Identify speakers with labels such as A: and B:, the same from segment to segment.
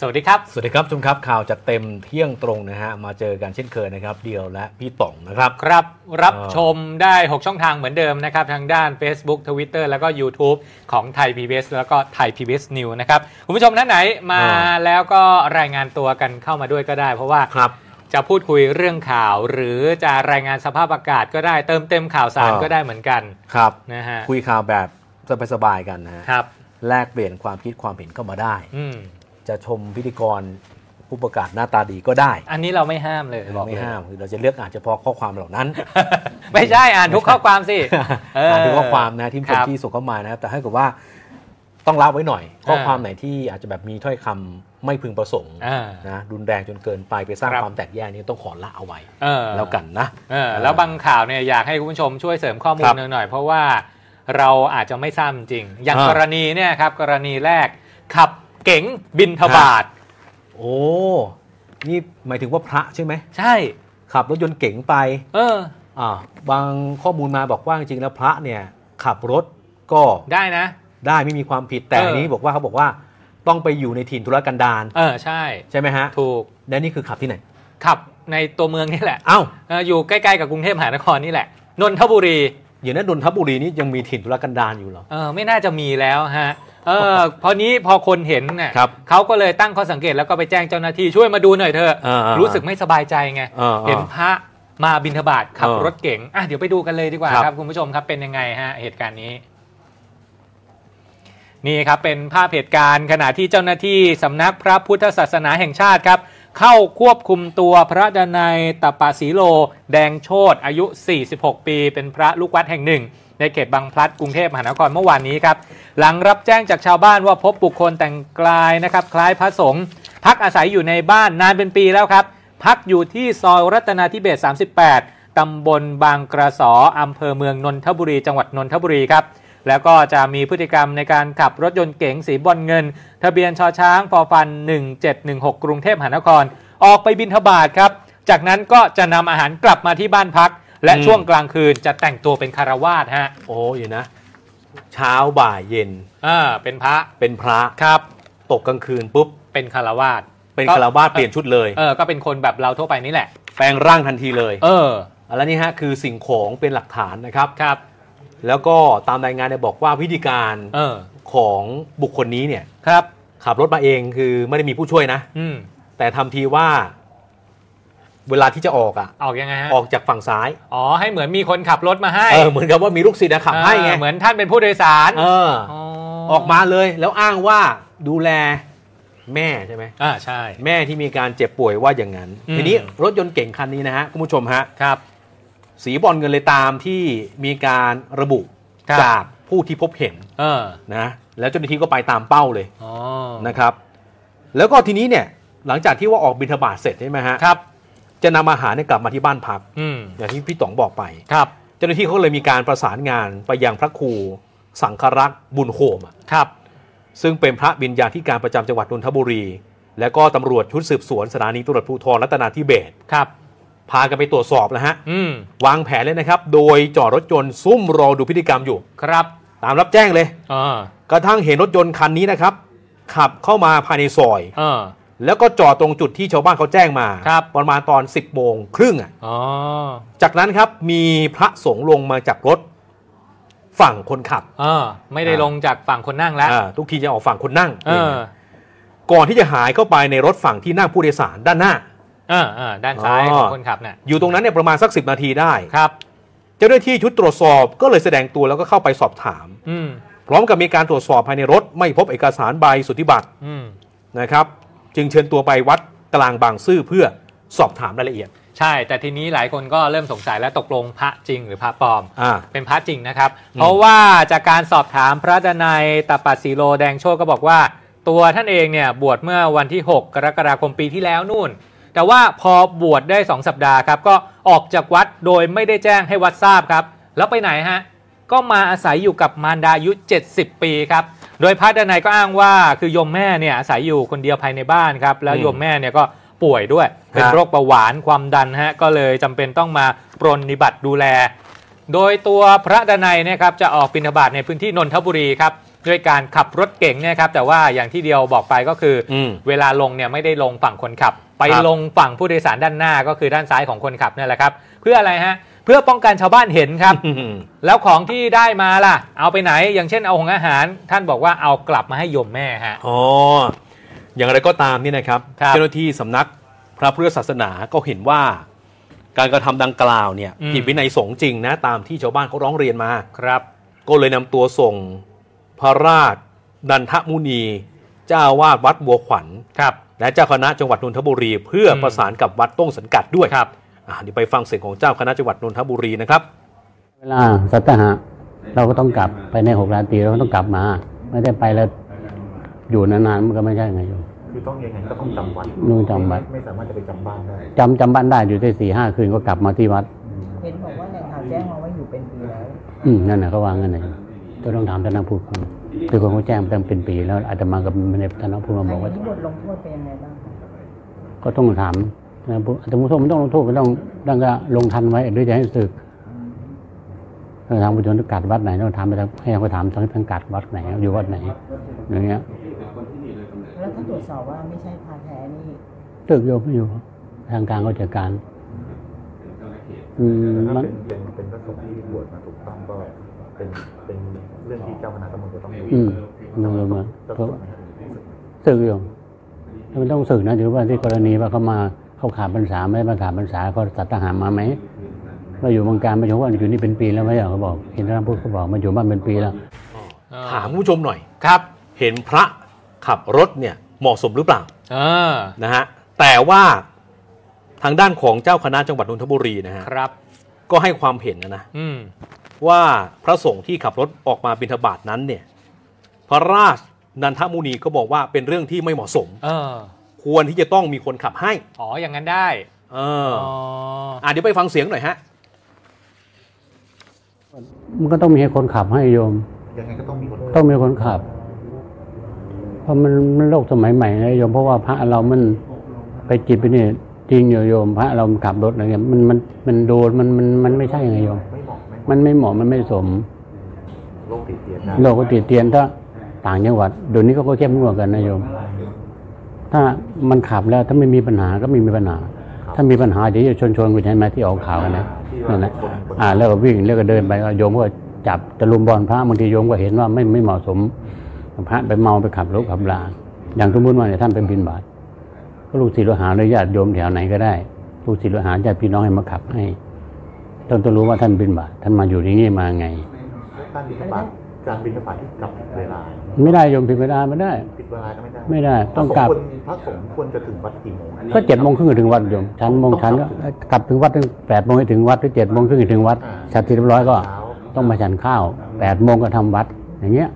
A: สวัสดีครับ
B: สวัสดีครับทุกครับข่าวจัดเต็มเที่ยงตรงนะฮะมาเจอกันเช่นเคยนะครับ เดียวและพี่ป๋องนะครับ
A: ครับรับ
B: เอ่อ
A: ชมได้ 6 ช่องทางเหมือนเดิมนะครับ ทางด้าน Facebook Twitter แล้วก็ YouTube ของไทย PBS แล้วก็ไทย PBS New นะครับ คุณผู้ชมท่านไหนมาแล้วก็รายงานตัวกันเข้ามาด้วยก็ได้ เพราะว่า
B: ครับ
A: จะพูดคุยเรื่องข่าว หรือจะรายงานสภาพอากาศก็ได้เติมเต็มข่าวสาร
B: เอ่อ
A: ก็ได้เหมือนกัน
B: ครับ
A: นะฮะ
B: คุยข่าวแบบสบายๆกันนะฮะ
A: ครับ
B: แลกเปลี่ยนความคิดความเห็นเข้ามาได้
A: อืม
B: จะชมพิธีกรผู้ประกาศหน้าตาดีก็ได้
A: อันนี้เราไม่ห้ามเลยบอก
B: ไม่
A: เลย
B: ห้ามคือเราจะเลือกอ่านเฉพาะข้อความเหล่า นั้น
A: ไม่ใช่อ่านทุกข้อความสิเ
B: อ่านถึงข้อความนะที่ผู้ช
A: ค
B: ม
A: รับ
B: ที่ส่งเข้ามานะครับแต่ให้กับว่าต้องละไว้หน่อย ข้อ
A: เออ
B: ความไหนที่อาจจะแบบมีถ้อยคำไม่พึงประสงค์
A: อ่า
B: นะรุนแรงจนเกินไปไปสร้าง
A: ครับ
B: ความแตกแยกนี่ต้องขอละเอาไว้
A: เออ
B: แล้วกันนะ
A: เออแล้วบางข่าวเนี่ยอยากให้คุณผู้ชมช่วยเสริมข้อมู
B: ค
A: ล
B: รับ
A: หน่อยๆเพราะว่าเราอาจจะไม่ทราบจริง อย่าง
B: อ่าก
A: รณีเนี่ยครับกรณีแรกขับเก๋งบินทบาท
B: โอ้ นี่หมายถึงว่าพระใช่ไหม
A: ใช่
B: ขับรถยนต์เก๋งไป
A: เออ
B: อ่าบางข้อมูลมาบอกว่าจริงๆแล้วพระเนี่ย ขับรถก็
A: ได้นะ
B: ได้ไม่มีความผิดแต่
A: เอออั
B: อันนี้บอกว่าเขาบอกว่าต้องไปอยู่ในถิ่นธุรกันดาร
A: เออใช่
B: ใช่ไหมฮะ
A: ถูก
B: และนี่คือขับที่ไหน
A: ขับในตัวเมืองนี่แหละ
B: เอ้า
A: เอออยู่ใกล้ๆกับกรุงเทพมหานครนี่แหละ นนทบุรี
B: อย่างนั้นนนทบุรีนี่ยังมีถิ่นธุรกันดารอยู่เหรอ
A: เออไม่น่าจะมีแล้วฮะเอ อพอนี้พอคนเห็นเนี่ย
B: ครับ
A: เขาก็เลยตั้งข้อสังเกตแล้วก็ไปแจ้งเจ้าหน้าที่ช่วยมาดูหน่อยเถอะ
B: อ่าๆ
A: รู้สึกไม่สบายใจไง
B: อ่าๆ
A: เห็นพระมาบิณฑบาตขับ
B: เออ
A: รถเก๋งอ่ะเดี๋ยวไปดูกันเลยดีกว่า
B: ครับ
A: ครับคุณผู้ชมครับเป็นยังไงฮะเหตุการณ์นี้ นี่ครับเป็นภาพเหตุการณ์ขณะที่เจ้าหน้าที่สำนักพระพุทธศาสนาแห่งชาติครับ เข้าควบคุมตัวพระดนัยตปาศีโล แดงโชตอายุ 46 ปี เป็นพระลูกวัดแห่งหนึ่ง ในเขตบางพลัดกรุงเทพมหานครเมื่อวานนี้ครับ หลังรับแจ้งจากชาวบ้านว่าพบบุคคลแต่งกายนะครับ คล้ายพระสงฆ์พักอาศัยอยู่ในบ้านนานเป็นปีแล้วครับ พักอยู่ที่ซอยรัตนาธิเบศร์38 ตำบลบางกระสออำเภอเมืองนนทบุรี จังหวัดนนทบุรีครับ แล้วก็จะมีพฤติกรรมในการขับรถยนต์เก๋งสีบอลเงิน ทะเบียนชอช้างฟอฟัน 1716 กรุงเทพมหานคร ออกไปบินทบาทครับ จากนั้นก็จะนำอาหารกลับมาที่บ้านพัก และ
B: อืม
A: ช่วงกลางคืนจะแต่งตัวเป็นคารวาสถ์ฮะ
B: โอ้อยางนะ เช้าบ่ายเย็น
A: อ่าเป็นพระ
B: เป็นพระ
A: ครับ
B: ตกกลางคืนปุ๊บ
A: เป็นคารวาสถ์
B: เป็นคารวาสถ์เปลี่ยนชุดเลย
A: เออก็เป็นคนแบบเราทั่วไปนี่แหละ
B: แปลงร่างทันทีเลย
A: เออ
B: แล้วนี่ฮะคือสิ่งของเป็นหลักฐานนะครับ
A: ครับ
B: แล้วก็ตามรายงานเนี่ยบอกว่าวิธีการ
A: เออ
B: ของบุคคลนี้เนี่ย
A: ครับ
B: ขับรถมาเองคือไม่ได้มีผู้ช่วยนะ
A: อืม
B: แต่ทำทีว่า เวลาที่จะออกอะ
A: ออกยังไงฮะ
B: ออกจากฝั่งซ้าย
A: อ๋อให้เหมือนมีคนขับรถมาให้
B: เออเหมือนกับว่ามีลูกศิษย์อะขับให้ไง
A: เออเหมือนท่านเป็นผู้โดยสาร
B: เอออ ออกมาเลยแล้วอ้างว่าดูแลแม่ใช่ไหม
A: อ่าใช่
B: แม่ที่มีการเจ็บป่วยว่าอย่างนั้น
A: อืม
B: ทีนี้รถยนต์เก่งคันนี้นะฮะคุณผู้ชมฮะ
A: ครับ
B: สีบอลเงินเลยตามที่มีการระบุ
A: ครับ
B: จากผู้ที่พบเห็น
A: เออ
B: นะแล้วเจ้าหน้าที่ก็ไปตามเป้าเลย
A: อ๋อ
B: นะครับ แล้วก็ทีนี้เนี่ยหลังจากที่ว่าออกบิณฑบาตเสร็จใช่ไหมฮะ
A: ครับ
B: จะนำอาหารเนี่ยกลับมาที่บ้านพัก
A: อืม
B: อย่างที่พี่ต๋องบอกไป
A: ครับ
B: เจ้าหน้าที่เขาเลยมีการประสานงานไปยังพระครูสังครักษ์บุญโฮมอะ
A: ครับ
B: ซึ่งเป็นพระบิญญาธิการประจำจังหวัดนนทบุรี และก็ตำรวจชุดสืบสวนสถานีตำรวจภูธรรัตนาธิเบศร
A: ครับ
B: พากันไปตรวจสอบแล้วฮะ
A: อืม
B: วางแผนเลยนะครับ โดยจอดรถยนต์ซุ่มรอดูพฤติกรรมอยู่
A: ครับ
B: ตามรับแจ้งเลย
A: เออก
B: ระทั่งเห็นรถยนต์คันนี้นะครับ ขับเข้ามาภายในซอย
A: เออ
B: แล้วก็จอดตรงจุดที่ชาวบ้านเขาแจ้งมา
A: ครับ
B: ประมาณตอน 10บโมงครึ่งอ่ะ
A: อ๋อ
B: จากนั้นครับมีพระสงฆ์ลงมาจากรถฝั่งคนขับ
A: เออ ไม่ได้ลงจากฝั่งคนนั่งแล้ว
B: อ่าทุกทีจะออกฝั่งคนนั่ง
A: เออ
B: ก่อนที่จะหายเข้าไปในรถฝั่งที่นั่งผู้โดยสารด้านหน้า
A: เออเออด้านซ้าย
B: อ๋อ
A: ของคนขับน่ะ
B: อยู่ตรงนั้นเนี่ยประมาณสัก 10 นาทีได้
A: ครับ
B: เจ้าหน้าที่ชุดตรวจสอบก็เลยแสดงตัวแล้วก็เข้าไปสอบถาม
A: อืม
B: พร้อมกับมีการตรวจสอบภายในรถไม่พบเอกสารใบสุทธิบัตร
A: อืม
B: นะครับ จึงเชิญตัวไปวัดกลางบางซื่อเพื่อสอบถามรายละเอียด
A: ใช่ แต่ทีนี้หลายคนก็เริ่มสงสัยแล้วตกลงพระจริงหรือพระปลอม
B: อ่า
A: เป็นพระจริงนะครับ
B: อืม
A: เพราะว่าจากการสอบถามพระดนัยตปัสสีโลแดงโชคก็บอกว่า ตัวท่านเองเนี่ยบวชเมื่อวันที่ 6 กรกฎาคมปีที่แล้วนู่น แต่ว่าพอบวชได้ 2 สัปดาห์ครับ ก็ออกจากวัดโดยไม่ได้แจ้งให้วัดทราบครับ แล้วไปไหนฮะ ก็มาอาศัยอยู่กับมารดาอายุ 70 ปีครับ โดยพระดนัยก็อ้างว่าคือโยมแม่เนี่ยอาศัยอยู่คนเดียวภายในบ้านครับ แล้ว
B: อืม
A: โยมแม่เนี่ยก็ป่วยด้วย เป็น
B: ฮะ
A: โรคเบาหวานความดันฮะ ก็เลยจำเป็นต้องมาปรนนิบัติดูแล โดยตัวพระดนัยเนยครับจะออกบิณฑบาตในพื้นที่นนทบุรีครับ ด้วยการขับรถเก่งเนี่ยครับแต่ว่าอย่างที่เดียวบอกไปก็คืออ
B: อืม
A: เวลาลงเนี่ยไม่ได้ลงฝั่งคนขับ ไป
B: ครับ
A: ลงฝั่งผู้โดยสารด้านหน้าก็คือด้านซ้ายของคนขับเนี่ยแหละครับ เพื่ออะไรฮะเพื่อป้องกันชาวบ้านเห็น ครับ
B: อืม
A: แล้วของที่ได้มาล่ะ เอาไปไหน อย่างเช่นเอาของอาหาร ท่านบอกว่าเอากลับมาให้โยมแม่ฮะ
B: อ๋ออย่างไรก็ตามนี่นะครับ
A: ครับ
B: เจ้าหน้าที่สำนักพระพุทธศาสนาก็เห็นว่า การกระทำดังกล่าวเนี่ยผิดวินัยสงฆ์จริงนะตามที่ชาวบ้านเขาร้องเรียนมา
A: ครับ
B: ก็เลยนำตัวส่งพระราชนันทมุนี เจ้าวาดวัดบัวขวัญ
A: ครับ
B: และเจ้าคณะจังหวัดนนทบุรี เพื่ออ
A: ม
B: ประสานกับวัดต้นสังกัดด้วย
A: ครับ
B: อ่าเดี๋ยวไปฟังเสียงของเจ้าคณะจังหวัดนนทบุรีนะครับ
C: เวลาสัตหะเราก็ต้องกลับไปในหกราตรีเราก็ต้องกลับมา ไม่ได้ไปแล้วอยู่นานๆมันก็ไม่ใช่ไงโยม
D: คือต้องยังไงก็ต้องจำวัด
C: ต้องจำวัด
D: ไม่ไม่สามารถจะไปจำบ้านได้
C: จำจำบ้านได้อยู่ได้สี่ห้าคืนก็กลับมาที่วัด
E: เห็นบอกว่าแหล่งข่าวแจ้งมาว่าอยู่เป็นปีแล้ว
C: อืมนั่นนะเขาวางกันไหนก็ต้องถามท่านนักพูดก่อนคือคนเขาแจ้งตั้งเป็นปี แล้วอาตมากับท่านนักพูดมาบอกว่า
E: อันนี้บทลงโทษเป็นยังไงบ้างคะ
C: ก็ต้องถามท่านนักพูดแต่ผู้ชมไม่ต้องลงโทษก็ต้องต้องก็ลงทันไว้ด้วยจะให้สึกต้องถามผู้ชนสังกัดวัดไหนต้องถามไปแล้วให้เขาถามสังกัดวัดไหนอยู่วัดไหนอย่างเงี้ย
E: แล้วถ้าตรวจสอบว่าไม่ใช่พาแท้นี่
C: ตึกโยมไม่อยู่ทางการเขาจัดการ อืม
D: แต่
C: มั
D: ถ้าน เป็นเป็นเป็นพระสงฆ์ที่บวชมาถูกต้องก็เป็นเป็นเรื่องที่เจ้าคณะตำบลจะต้องดู
C: อืมนำลงมาเพ
D: ก็ส่
C: ราะ
D: วนนะครับ
C: สึกอยู่ถ้ามันต้องสึกนะถือว่าที่กรณีว่าเขามาเข้าขาดพรรษาไม่ได้มาขาดพรรษาเขาสัตว์ทหารมาไหมมาอยู่วงการมาอยู่ว่าอยู่นี่เป็นปีแล้วไม่ใช่เหรอเขาบอกเห็นท่านพูดเขาบอกมาอยู่บ้านเป็นปีแล้ว
B: ถามคุณผู้ชมหน่อย
A: ครับ
B: เห็นพระขับรถเนี่ยเหมาะสมหรือเปล่า
A: เออ
B: นะฮะแต่ว่าทางด้านของเจ้าคณะจังหวัดนนทบุรีนะฮะ
A: ครับ
B: ก็ให้ความเห็นนะนะ
A: อืม
B: ว่าพระสงฆ์ที่ขับรถออกมาบิณฑบาตนั้นเนี่ยพระราชนันทมุนีก็บอกว่าเป็นเรื่องที่ไม่เหมาะสม
A: เออ
B: ควรที่จะต้องมีคนขับให้
A: อ๋อ อย่างนั้นได้
B: เออ
A: อ๋อ
B: อ่ะเดี๋ยวไปฟังเสียงหน่อยฮะ
C: มันก็ต้องมีคนขับให้โยม
D: ยังไงก็ต้องมีคน
C: ต้องมีคนขับ เพราะมันมันโลกสมัยใหม่นะโยมเพราะว่าพระเรามันไปจิตไปนี่จริงอยู่โยมพระเราขับรถอะไรเงี้ยมันมันมันโดนมันมันมันไม่ใช่ไงโยม
D: ไม่เหมาะไม่เห
C: มั
D: มาะ
C: นไม่เหมาะมันไม่สม
D: โรคติดเตียนได้
C: เราก็ติดเตียนถ้าต่างจังหวัดเดี๋ยวนี้เขาก็เข้มงวดกันนะโยม ถ้ามันขับแล้วถ้าไม่มีปัญหาก็ไม่มีปัญหา ถ้ามีปัญหาเดี๋ยวจะชนชนๆกันใช่ไหมที่ออกข่าวกันนะนั่นแหละอ่า แล้วก็วิ่งแล้วก็เดินไปก็โยมก็จับตะลุมบอลพระบางทีโยมก็เห็นว่าไม่ไม่เหมาะสมพระไปเมาไปขับรถขับลาอย่างสมมติว่าเนี่ยท่านเป็นบินบาตก็ลูกศิษย์ลูกหาหรือญาติโยมแถวไหนก็ได้ลูกศิษย์ลูกหาญาติพี่น้องให้มาขับให้ต้องต้องรู้ว่าท่านบินบาตท่านมาอยู่ที่นี่มาไง
D: การบินทบาทการบินทบาทที่กลับเวลา
C: ไม่ได้โยมถึงเวลาไม่ได้
D: ผิดเวลาก็ไม่ได้
C: ไม่ได้ต้องกลับ
D: พระสงฆ์ควรพระสงฆ์ควรจะถึงวัดกี่โมง
C: ก็เจ็ดโมงครึ่งถึงวัดโยมชั้นโมงชั้นก็กลับถึงวัดตั้งแปดโมงให้ถึงวัดหรือเจ็ดโมงครึ่งให้ถึงวัดฉันเสร็จเรียบร้อยก็ ต้องมาฉันข้าวแปดโมงก็ทำวัด อย่างเงี้ย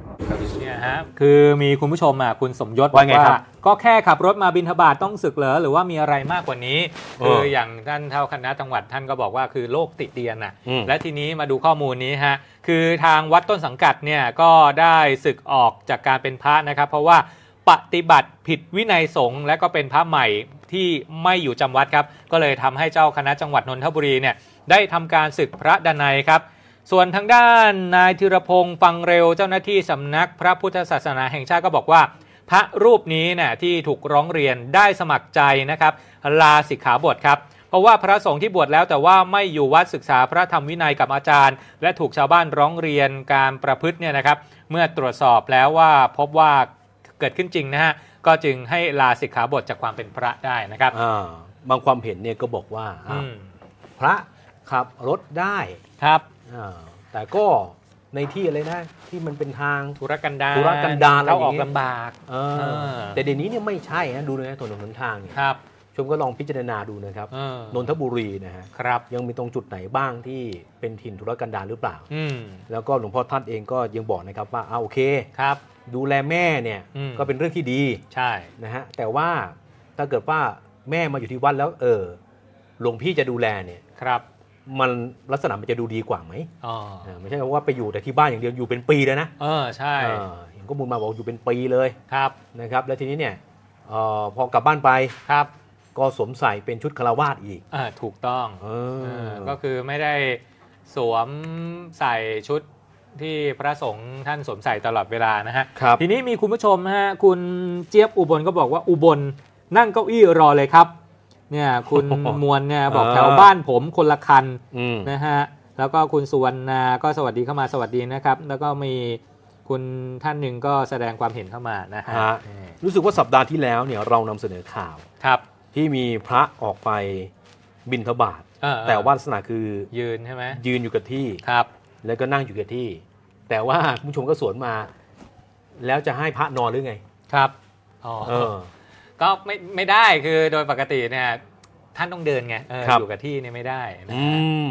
A: เนี่ยฮะ คือมีคุณผู้ชมอ่ะคุณสมยศ
B: ว่าไงครับ
A: ก็แค่ขับรถมาบินทบาทต้องศึกเหรอหรือว่ามีอะไรมากกว่านี้
B: เออ
A: คืออย่างท่านเท่าคณะจังหวัดท่านก็บอกว่าคือโรคติดเตียนอ่ะ
B: อืม
A: และทีนี้มาดูข้อมูลนี้ฮะ คือทางวัดต้นสังกัดเนี่ยก็ได้ศึกออกจากการเป็นพระนะครับ เพราะว่าปฏิบัติผิดวินัยสงฆ์และก็เป็นพระใหม่ที่ไม่อยู่จำวัดครับ ก็เลยทำให้เจ้าคณะจังหวัดนนทบุรีเนี่ยได้ทำการศึกพระดนัยครับ ส่วนทางด้านนายธีรพงศ์ฟังเร็วเจ้าหน้าที่สำนักพระพุทธศาสนาแห่งชาติก็บอกว่า พระรูปนี้เนี่ยที่ถูกร้องเรียนได้สมัครใจนะครับ ลาสิกขาบทครับ เพราะว่าพระสงฆ์ที่บวชแล้วแต่ว่าไม่อยู่วัดศึกษาพระธรรมวินัยกับอาจารย์ และถูกชาวบ้านร้องเรียนการประพฤติเนี่ยนะครับ เมื่อตรวจสอบแล้วว่าพบว่าเกิดขึ้นจริงนะฮะก็จึงให้ลาสิกขาบทจากความเป็นพระได้นะครับ
B: อ่าบางความเห็นเนี่ยก็บอกว่าอ่ะ
A: อืม
B: พระขับรถได้
A: ครับ
B: อ่าแต่ก็ในที่อะไรนะ ที่มันเป็นทาง
A: ธุรกันดาร
B: ธุรกันดารอะไร
A: เข้า
B: อ
A: อย่าง อก
B: งี้
A: ลำบาก
B: เออแต่เดี๋ยวนี้เนี่ยไม่ใช่นะดูนะถนนหนทางเนี่ย
A: ครับ
B: ชมก็ลองพิจารณาดูนะครับ
A: เออน
B: นทบุรีนะฮะ
A: ครับ
B: ยังมีตรงจุดไหนบ้างที่เป็นถิ่นธุรกันดารหรือเปล่า
A: อืม
B: แล้วก็หลวงพ่อท่านเองก็ยังบอกนะครับว่าเอาโอเค
A: ครับ
B: ดูแลแม่เนี่ย
A: อืม
B: ก็เป็นเรื่องที่ดี
A: ใช่
B: นะฮะแต่ว่าถ้าเกิดว่าแม่มาอยู่ที่วัดแล้วเออหลวงพี่จะดูแลเนี่ย
A: ครับ
B: มันลักษณะมันจะดูดีกว่าไหม
A: อ๋อ
B: อ่าไม่ใช่ว่าไปอยู่แต่ที่บ้านอย่างเดียวอยู่เป็นปีเลยนะ
A: เออใช่
B: เออเห็นข้อมูลมาบอกอยู่เป็นปีเลย
A: ครับ
B: นะครับ แล้วทีนี้เนี่ยเออพอกลับบ้านไป
A: ครับ
B: ก็สวมใส่เป็นชุดคารวาสอีก
A: เออถูกต้อง
B: เอ
A: เอ
B: อ
A: อก็คือไม่ได้สวมใส่ชุด ที่พระสงฆ์ท่านสวมใส่ตลอดเวลานะฮะ
B: ครับ
A: ทีนี้มีคุณผู้ชมฮะคุณเจี๊ยบอุบลก็บอกว่าอุบลนั่งเก้าอี้รอเลยครับเนี่ยคุณ
B: โอ้โห
A: มวลเนี่ยบอก
B: อ่า
A: แถวบ้านผมคนละคัน
B: อืม
A: นะฮะแล้วก็คุณสุวรรณาก็สวัสดีเข้ามาสวัสดีนะครับ แล้วก็มีคุณท่านหนึ่งก็แสดงความเห็นเข้ามานะฮะ
B: ฮะ รู้สึกว่าสัปดาห์ที่แล้วเนี่ยเรานำเสนอข่าว
A: ครับ
B: ที่มีพระออกไปบินทบาท
A: เออเออ
B: แต่ว่าลักษณะคือ
A: ยืนใช่ไหม
B: ยืนอยู่กับที่
A: ครับ
B: แล้วก็นั่งอยู่กับที่ แต่ว่าคุณผู้ชมก็สวนมา แล้วจะให้พระนอนหรือไง
A: ครับอ๋อ
B: เออ
A: ก็ไม่ไม่ได้คือโดยปกติเนี่ยท่านต้องเดินไงเออ
B: ครับ
A: อยู่กับที่เนี่ยไม่ได้นะ
B: อืม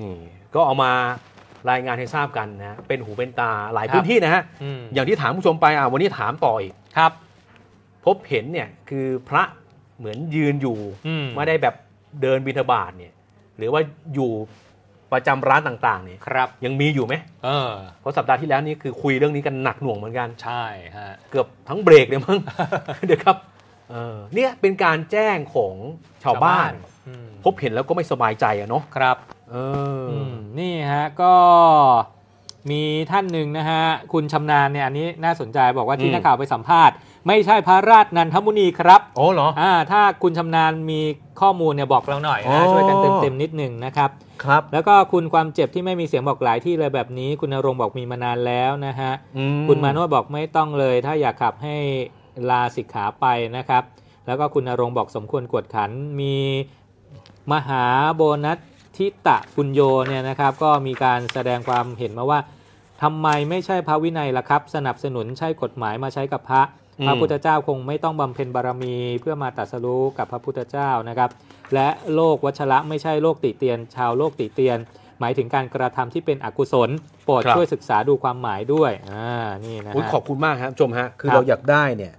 B: นี่ก็เอามารายงานให้ทราบกันนะ เป็นหูเป็นตาหลายพื้นที่นะฮะ
A: อืม
B: อย่างที่ถามคุณผู้ชมไปอ่ะวันนี้ถามต่ออีก
A: ครับ
B: พบเห็นเนี่ยคือพระเหมือนยืนอยู่
A: อืม
B: ไม่ได้แบบเดินบิณฑบาตเนี่ย หรือว่าอยู่ประจำร้านต่างๆเนี่ย
A: ครับ
B: ยังมีอยู่ไหม
A: เออ
B: เพราะสัปดาห์ที่แล้วนี่คือคุยเรื่องนี้กันหนักหน่วงเหมือนกัน
A: ใช่ฮะ
B: เกือบทั้งเบรกเลยมั้ง เดี๋ยวครับเออเนี่ยเป็นการแจ้งของชาวบ้าน
A: อืม
B: พบเห็นแล้วก็ไม่สบายใจอะเนาะ
A: ครับ
B: เออ
A: มนี่ฮะก็มีท่านหนึ่งนะฮะ คุณชำนาญเนี่ยอันนี้น่าสนใจบอกว่าที่นักข่าวไปสัมภาษณ์ ไม่ใช่พระราชนันทมุนีครับ
B: โอ้เหรอ
A: อ่าถ้าคุณชำนาญมีข้อมูลเนี่ยบอกเราหน่อย
B: อ๋
A: นะ
B: อ
A: ช่วยกันเต็มๆนิดหนึ่งนะครับ
B: ครับ
A: แล้วก็คุณความเจ็บที่ไม่มีเสียงบอกหลายที่เลยแบบนี้ คุณนรงค์บอกมีมานานแล้วนะฮะ
B: อื
A: คุณมาโนดบอกไม่ต้องเลย ถ้าอยากขับให้ลาสิกขาไปนะครับ แล้วก็คุณนรงค์บอกสมควรกวดขันมีมหาโบนัสทิตะปุญโยเนี่ยนะครับ ก็มีการแสดงความเห็นมาว่าทำไมไม่ใช่พระวินัยล่ะครับ สนับสนุนใช่กฎหมายมาใช้กับพระ พระพุทธเจ้าคงไม่ต้องบำเพ็ญบารมีเพื่อมาตรัสรู้กับพระพุทธเจ้านะครับ และโลกวัชระไม่ใช่โลกติเตียน ชาวโลกติเตียน หมายถึงการกระทำที่เป็นอกุศล โปรดช่วยศึกษาดูความหมายด้วยอ่านี่นะ
B: อุ๊ย
A: ฮะ
B: ขอบคุณมากครับชมฮะคื
A: ค
B: อ
A: รับ
B: เราอยากได้เนี่ย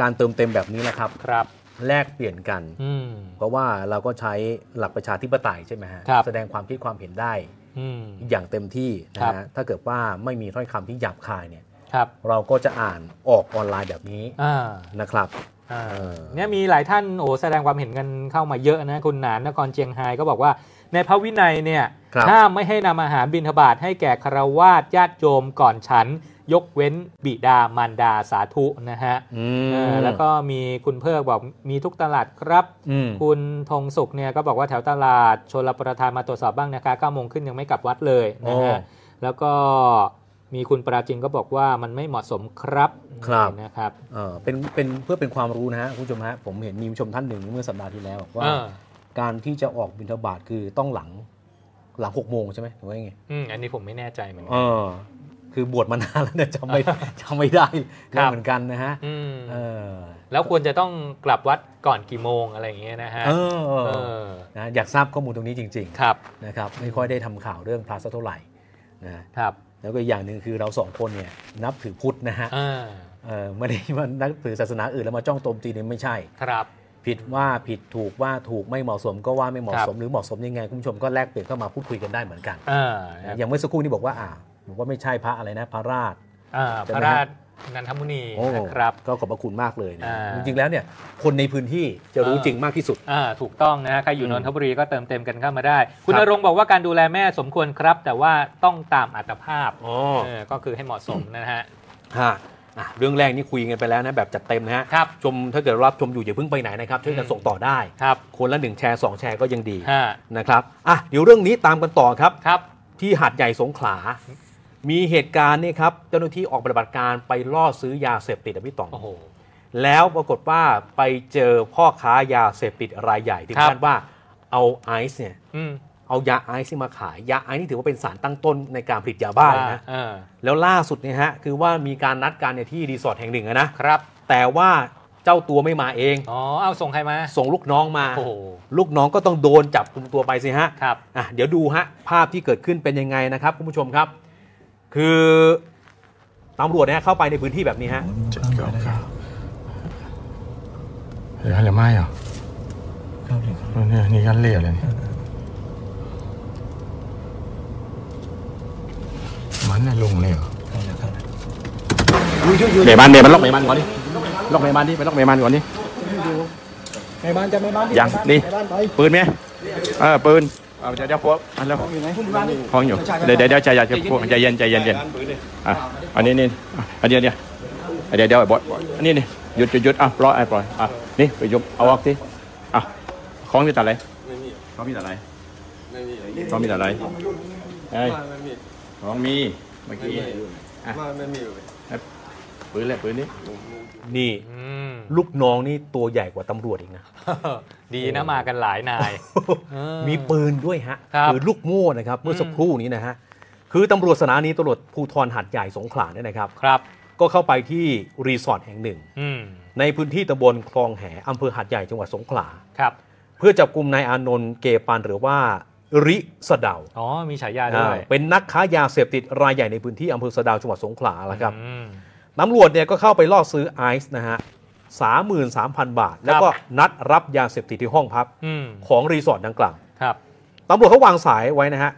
B: การเติมเต็มแบบนี้นะครับ
A: ครับ
B: แลกเปลี่ยนกัน
A: อืม
B: เพราะว่าเราก็ใช้หลักประชาธิปไตยใช่ไหมฮะ
A: ครับ
B: แสดงความคิดความเห็นได้
A: อืม
B: อย่างเต็มที่นะครับ ฮะถ้าเกิดว่าไม่มีถ้อยคำที่หยาบคายเนี่ย
A: ครับ
B: เราก็จะอ่านออกออนไลน์แบบนี้
A: อ่า
B: นะครับ
A: อ่า
B: เออ
A: เนี่ยมีหลายท่านโอ้แสดงความเห็นกันเข้ามาเยอะนะ คุณหนานนครเชียงไฮ้ก็บอกว่า ในพระวินัยเนี่ย
B: ครับ
A: ห้ามไม่ให้นำอาหารบิณฑบาตให้แก่คารวาสญาติโยมก่อนฉัน ยกเว้นบิดามารดาสาธุนะฮะ
B: อืม
A: เออแล้วก็มีคุณเพิกบอกมีทุกตลาดครับ
B: อืม
A: คุณธงสุขเนี่ยก็บอกว่าแถวตลาดชลประทานมาตรวจสอบบ้างนะคะ9โมงขึ้นยังไม่กลับวัดเลยนะฮะ
B: โอ้
A: แล้วก็มีคุณปราจินก็บอกว่ามันไม่เหมาะสมครับ
B: ครับ
A: นะครับ
B: เออเป็นเป็นเพื่อเป็นความรู้นะฮะคุณผู้ชมฮะผมเห็นมีผู้ชมท่านหนึ่งเมื่อสัปดาห์ที่แล้วบอกว่า
A: เออ
B: การที่จะออกบิณฑบาตคือต้องหลังหลังหกโมงใช่ไหมหรือว่ายังไง
A: อืมอันนี้ผมไม่แน่ใจเหมือน
B: เอ
A: กัน
B: อ คือบวชมานานแล้วเนี่ยจำไม่ จำไม่ได้
A: ครับ
B: เหมือนกันนะฮะ
A: อืม
B: เออ
A: แล้วควรจะต้องกลับวัดก่อนกี่โมงอะไรอย่างเงี้ยนะฮะ
B: เออเอ
A: เอ
B: อ
A: อ
B: นะอยากทราบข้อมูลตรงนี้จริง
A: ครับ
B: ๆนะครับไม่ค่อยได้ทำข่าวเรื่องพระสักเท่าไหร่นะครับ แล้วก็อีกอย่างหนึ่งคือเราสองคนเนี่ยนับถือพุทธนะฮะ
A: เออ
B: เออไม่ได้ว่านับถือศาสนาอื่นแล้วมาจ้องโจมตีเนี่ยไม่ใช่
A: ครับ
B: ผิดว่าผิดถูกว่าถูกไม่เหมาะสมก็ว่าไม่เหมาะสม
A: ครับ
B: หรือเหมาะสมยังไงคุณผู้ชมก็แลกเปลี่ยนเข้ามาพูดคุยกันได้เหมือนกัน
A: เออ
B: นะอย่างเมื่อสักครู่นี่บอกว่าอ่าบอกว่าไม่ใช่พระอะไรนะพระราช
A: เอ่อ
B: ใช่ไหมฮะ
A: พระราชนันทมุนี
B: โอ้
A: นะครับ
B: ก็ขอบพระคุณมากเลยนะ
A: อ่า
B: จริงๆแล้วเนี่ยคนในพื้นที่จะรู้
A: เออ
B: จริงมากที่สุด
A: อ่าถูกต้องนะฮะใครอ
B: อื
A: ยู่
B: ม
A: นนทบุรีก็เติมเต็มกันเข้ามาได้ คุณ
B: ครั
A: น
B: บ
A: รงค์บอกว่าการดูแลแม่สมควรครับ แต่ว่าต้องตามอัตภาพ
B: อ๋อ
A: เออก็คือให้เหมาะสมนะฮะ
B: ฮะอ่ะเรื่องแรกนี่คุยกันไปแล้วนะแบบจัดเต็มนะฮะ
A: ครับ
B: ชมถ้าเกิดรับชมอยู่อย่าเพิ่งไปไหนนะครับช่วยกันส่งต่อได้
A: ครับ
B: คนละ 1 แชร์ 2 แชร์ก็ยังดี
A: ฮะ
B: นะครับอ่ะเดี๋ยวเรื่องนี้ตามกันต่อครับ
A: ครับ
B: ที่หาดใหญ่สงขลา มีเหตุการณ์นี่ครับ เจ้าหน้าที่ออกปฏิบัติการไปล่อซื้อยาเสพติดนะพี่ต๋อง
A: โอ้โห
B: แล้วปรากฏว่าไปเจอพ่อค้ายาเสพติดรายใหญ่ถึง
A: ครับ
B: ขั้นว่าเอาไอซ์เนี่ย
A: อืม
B: เอายาไอซ์นี่มาขายยาไอซ์นี่ถือว่าเป็นสารตั้งต้นในการผลิตยาบ้าเลยนะ
A: เออ
B: แล้วล่าสุดเนี่ยฮะคือว่ามีการนัดกันเนี่ยที่รีสอร์ทแห่งหนึ่งอะนะครับ แต่ว่าเจ้าตัวไม่มาเอง
A: อ๋อ เอาส่งใครมา
B: ส่งลูกน้องมา
A: โอ้โห
B: ลูกน้องก็ต้องโดนจับกลุมตัวไปสิฮะ
A: ครับ
B: อ่ะเดี๋ยวดูฮะ ภาพที่เกิดขึ้นเป็นยังไงนะครับคุณผู้ชมครับ คือตำรวจเนี่ยเข้าไปในพื้นที่แบบนี้ฮะ
F: เจ็ดเก้าเก้าเหลือเหลือไม่เหรอเก้าเหลือเนี่ยนี่กันเหลือเลยเนี่ยมันน่ะลงเลยเหรอเมย์บ้านเมย์บ้านล็อกเมย์บ้านก่อนดิล็อกเมย์บ้านดิไปล็อกเมย์บ้านก่อนดิ
E: ในบ้านจะไม่บ้าน
F: ยังนี่ปืนไหมเออปืน
G: เอาเดี๋ยวเดี๋ยวพวกอันแล้วห้องอยู่เดี๋ยวเดี๋ยวเดี๋ยวใจเย็นใจเย็นพวกใจเย็นใจเย็นใจเย็นอ่ะอันนี้นี่อ่ะอันเดียวเดียวอันเดียวเดียวไอ้บอสบอสอันนี้นี่หยุดหยุดหยุดอ่ะปล่อยไอ้ปล่อยอ่ะนี่ไปยกเอาออกสิอ่ะของมีแต่อะไรของมีแต่อะไรของมีแต่อะไรไอ้ยของมีเมื่อกี้อ่ะอ่ะปืนเลยปืนนี่
B: นี่
A: อืม
B: ลูกน้องนี่ตัวใหญ่กว่าตำรวจอีกนะ
A: ดีนะมากันหลายนาย เออ
B: มีปืนด้วยฮะ
A: ครับ
B: ปืนลูกโม่นะครับเมื่ออ
A: ม
B: สักครู่นี้นะฮะคือตำรวจสถานีตำรวจภูธรหัดใหญ่สงขลาเนี่ยนะครับ
A: ครับ
B: ก็เข้าไปที่รีสอร์ทแห่งหนึ่ง
A: อืม
B: ในพื้นที่ตำบลคลองแหอำเภอหัดใหญ่จังหวัดสงขลา
A: ครับ
B: เพื่อจับกลุ่มนายอานนท์เกปันหรือว่าริสะเดา
A: อ๋อ มีฉายาด้
B: อ่า
A: วย
B: เป็นนักค้ายาเสพติดรายใหญ่ในพื้นที่อำเภอสะเดาจังหวัดสงขลาแล้วครับ
A: อืม
B: ตำรวจเนี่ยก็เข้าไปล่อซื้อไอซ์นะฮะสามหมื่นสามพันบาท แล้วก็นัดรับยาเสพติดที่ห้องพัก
A: อืม
B: ของรีสอร์ทดังกล่าว
A: ครับ
B: ตำรวจเขาวางสายไว้นะฮะ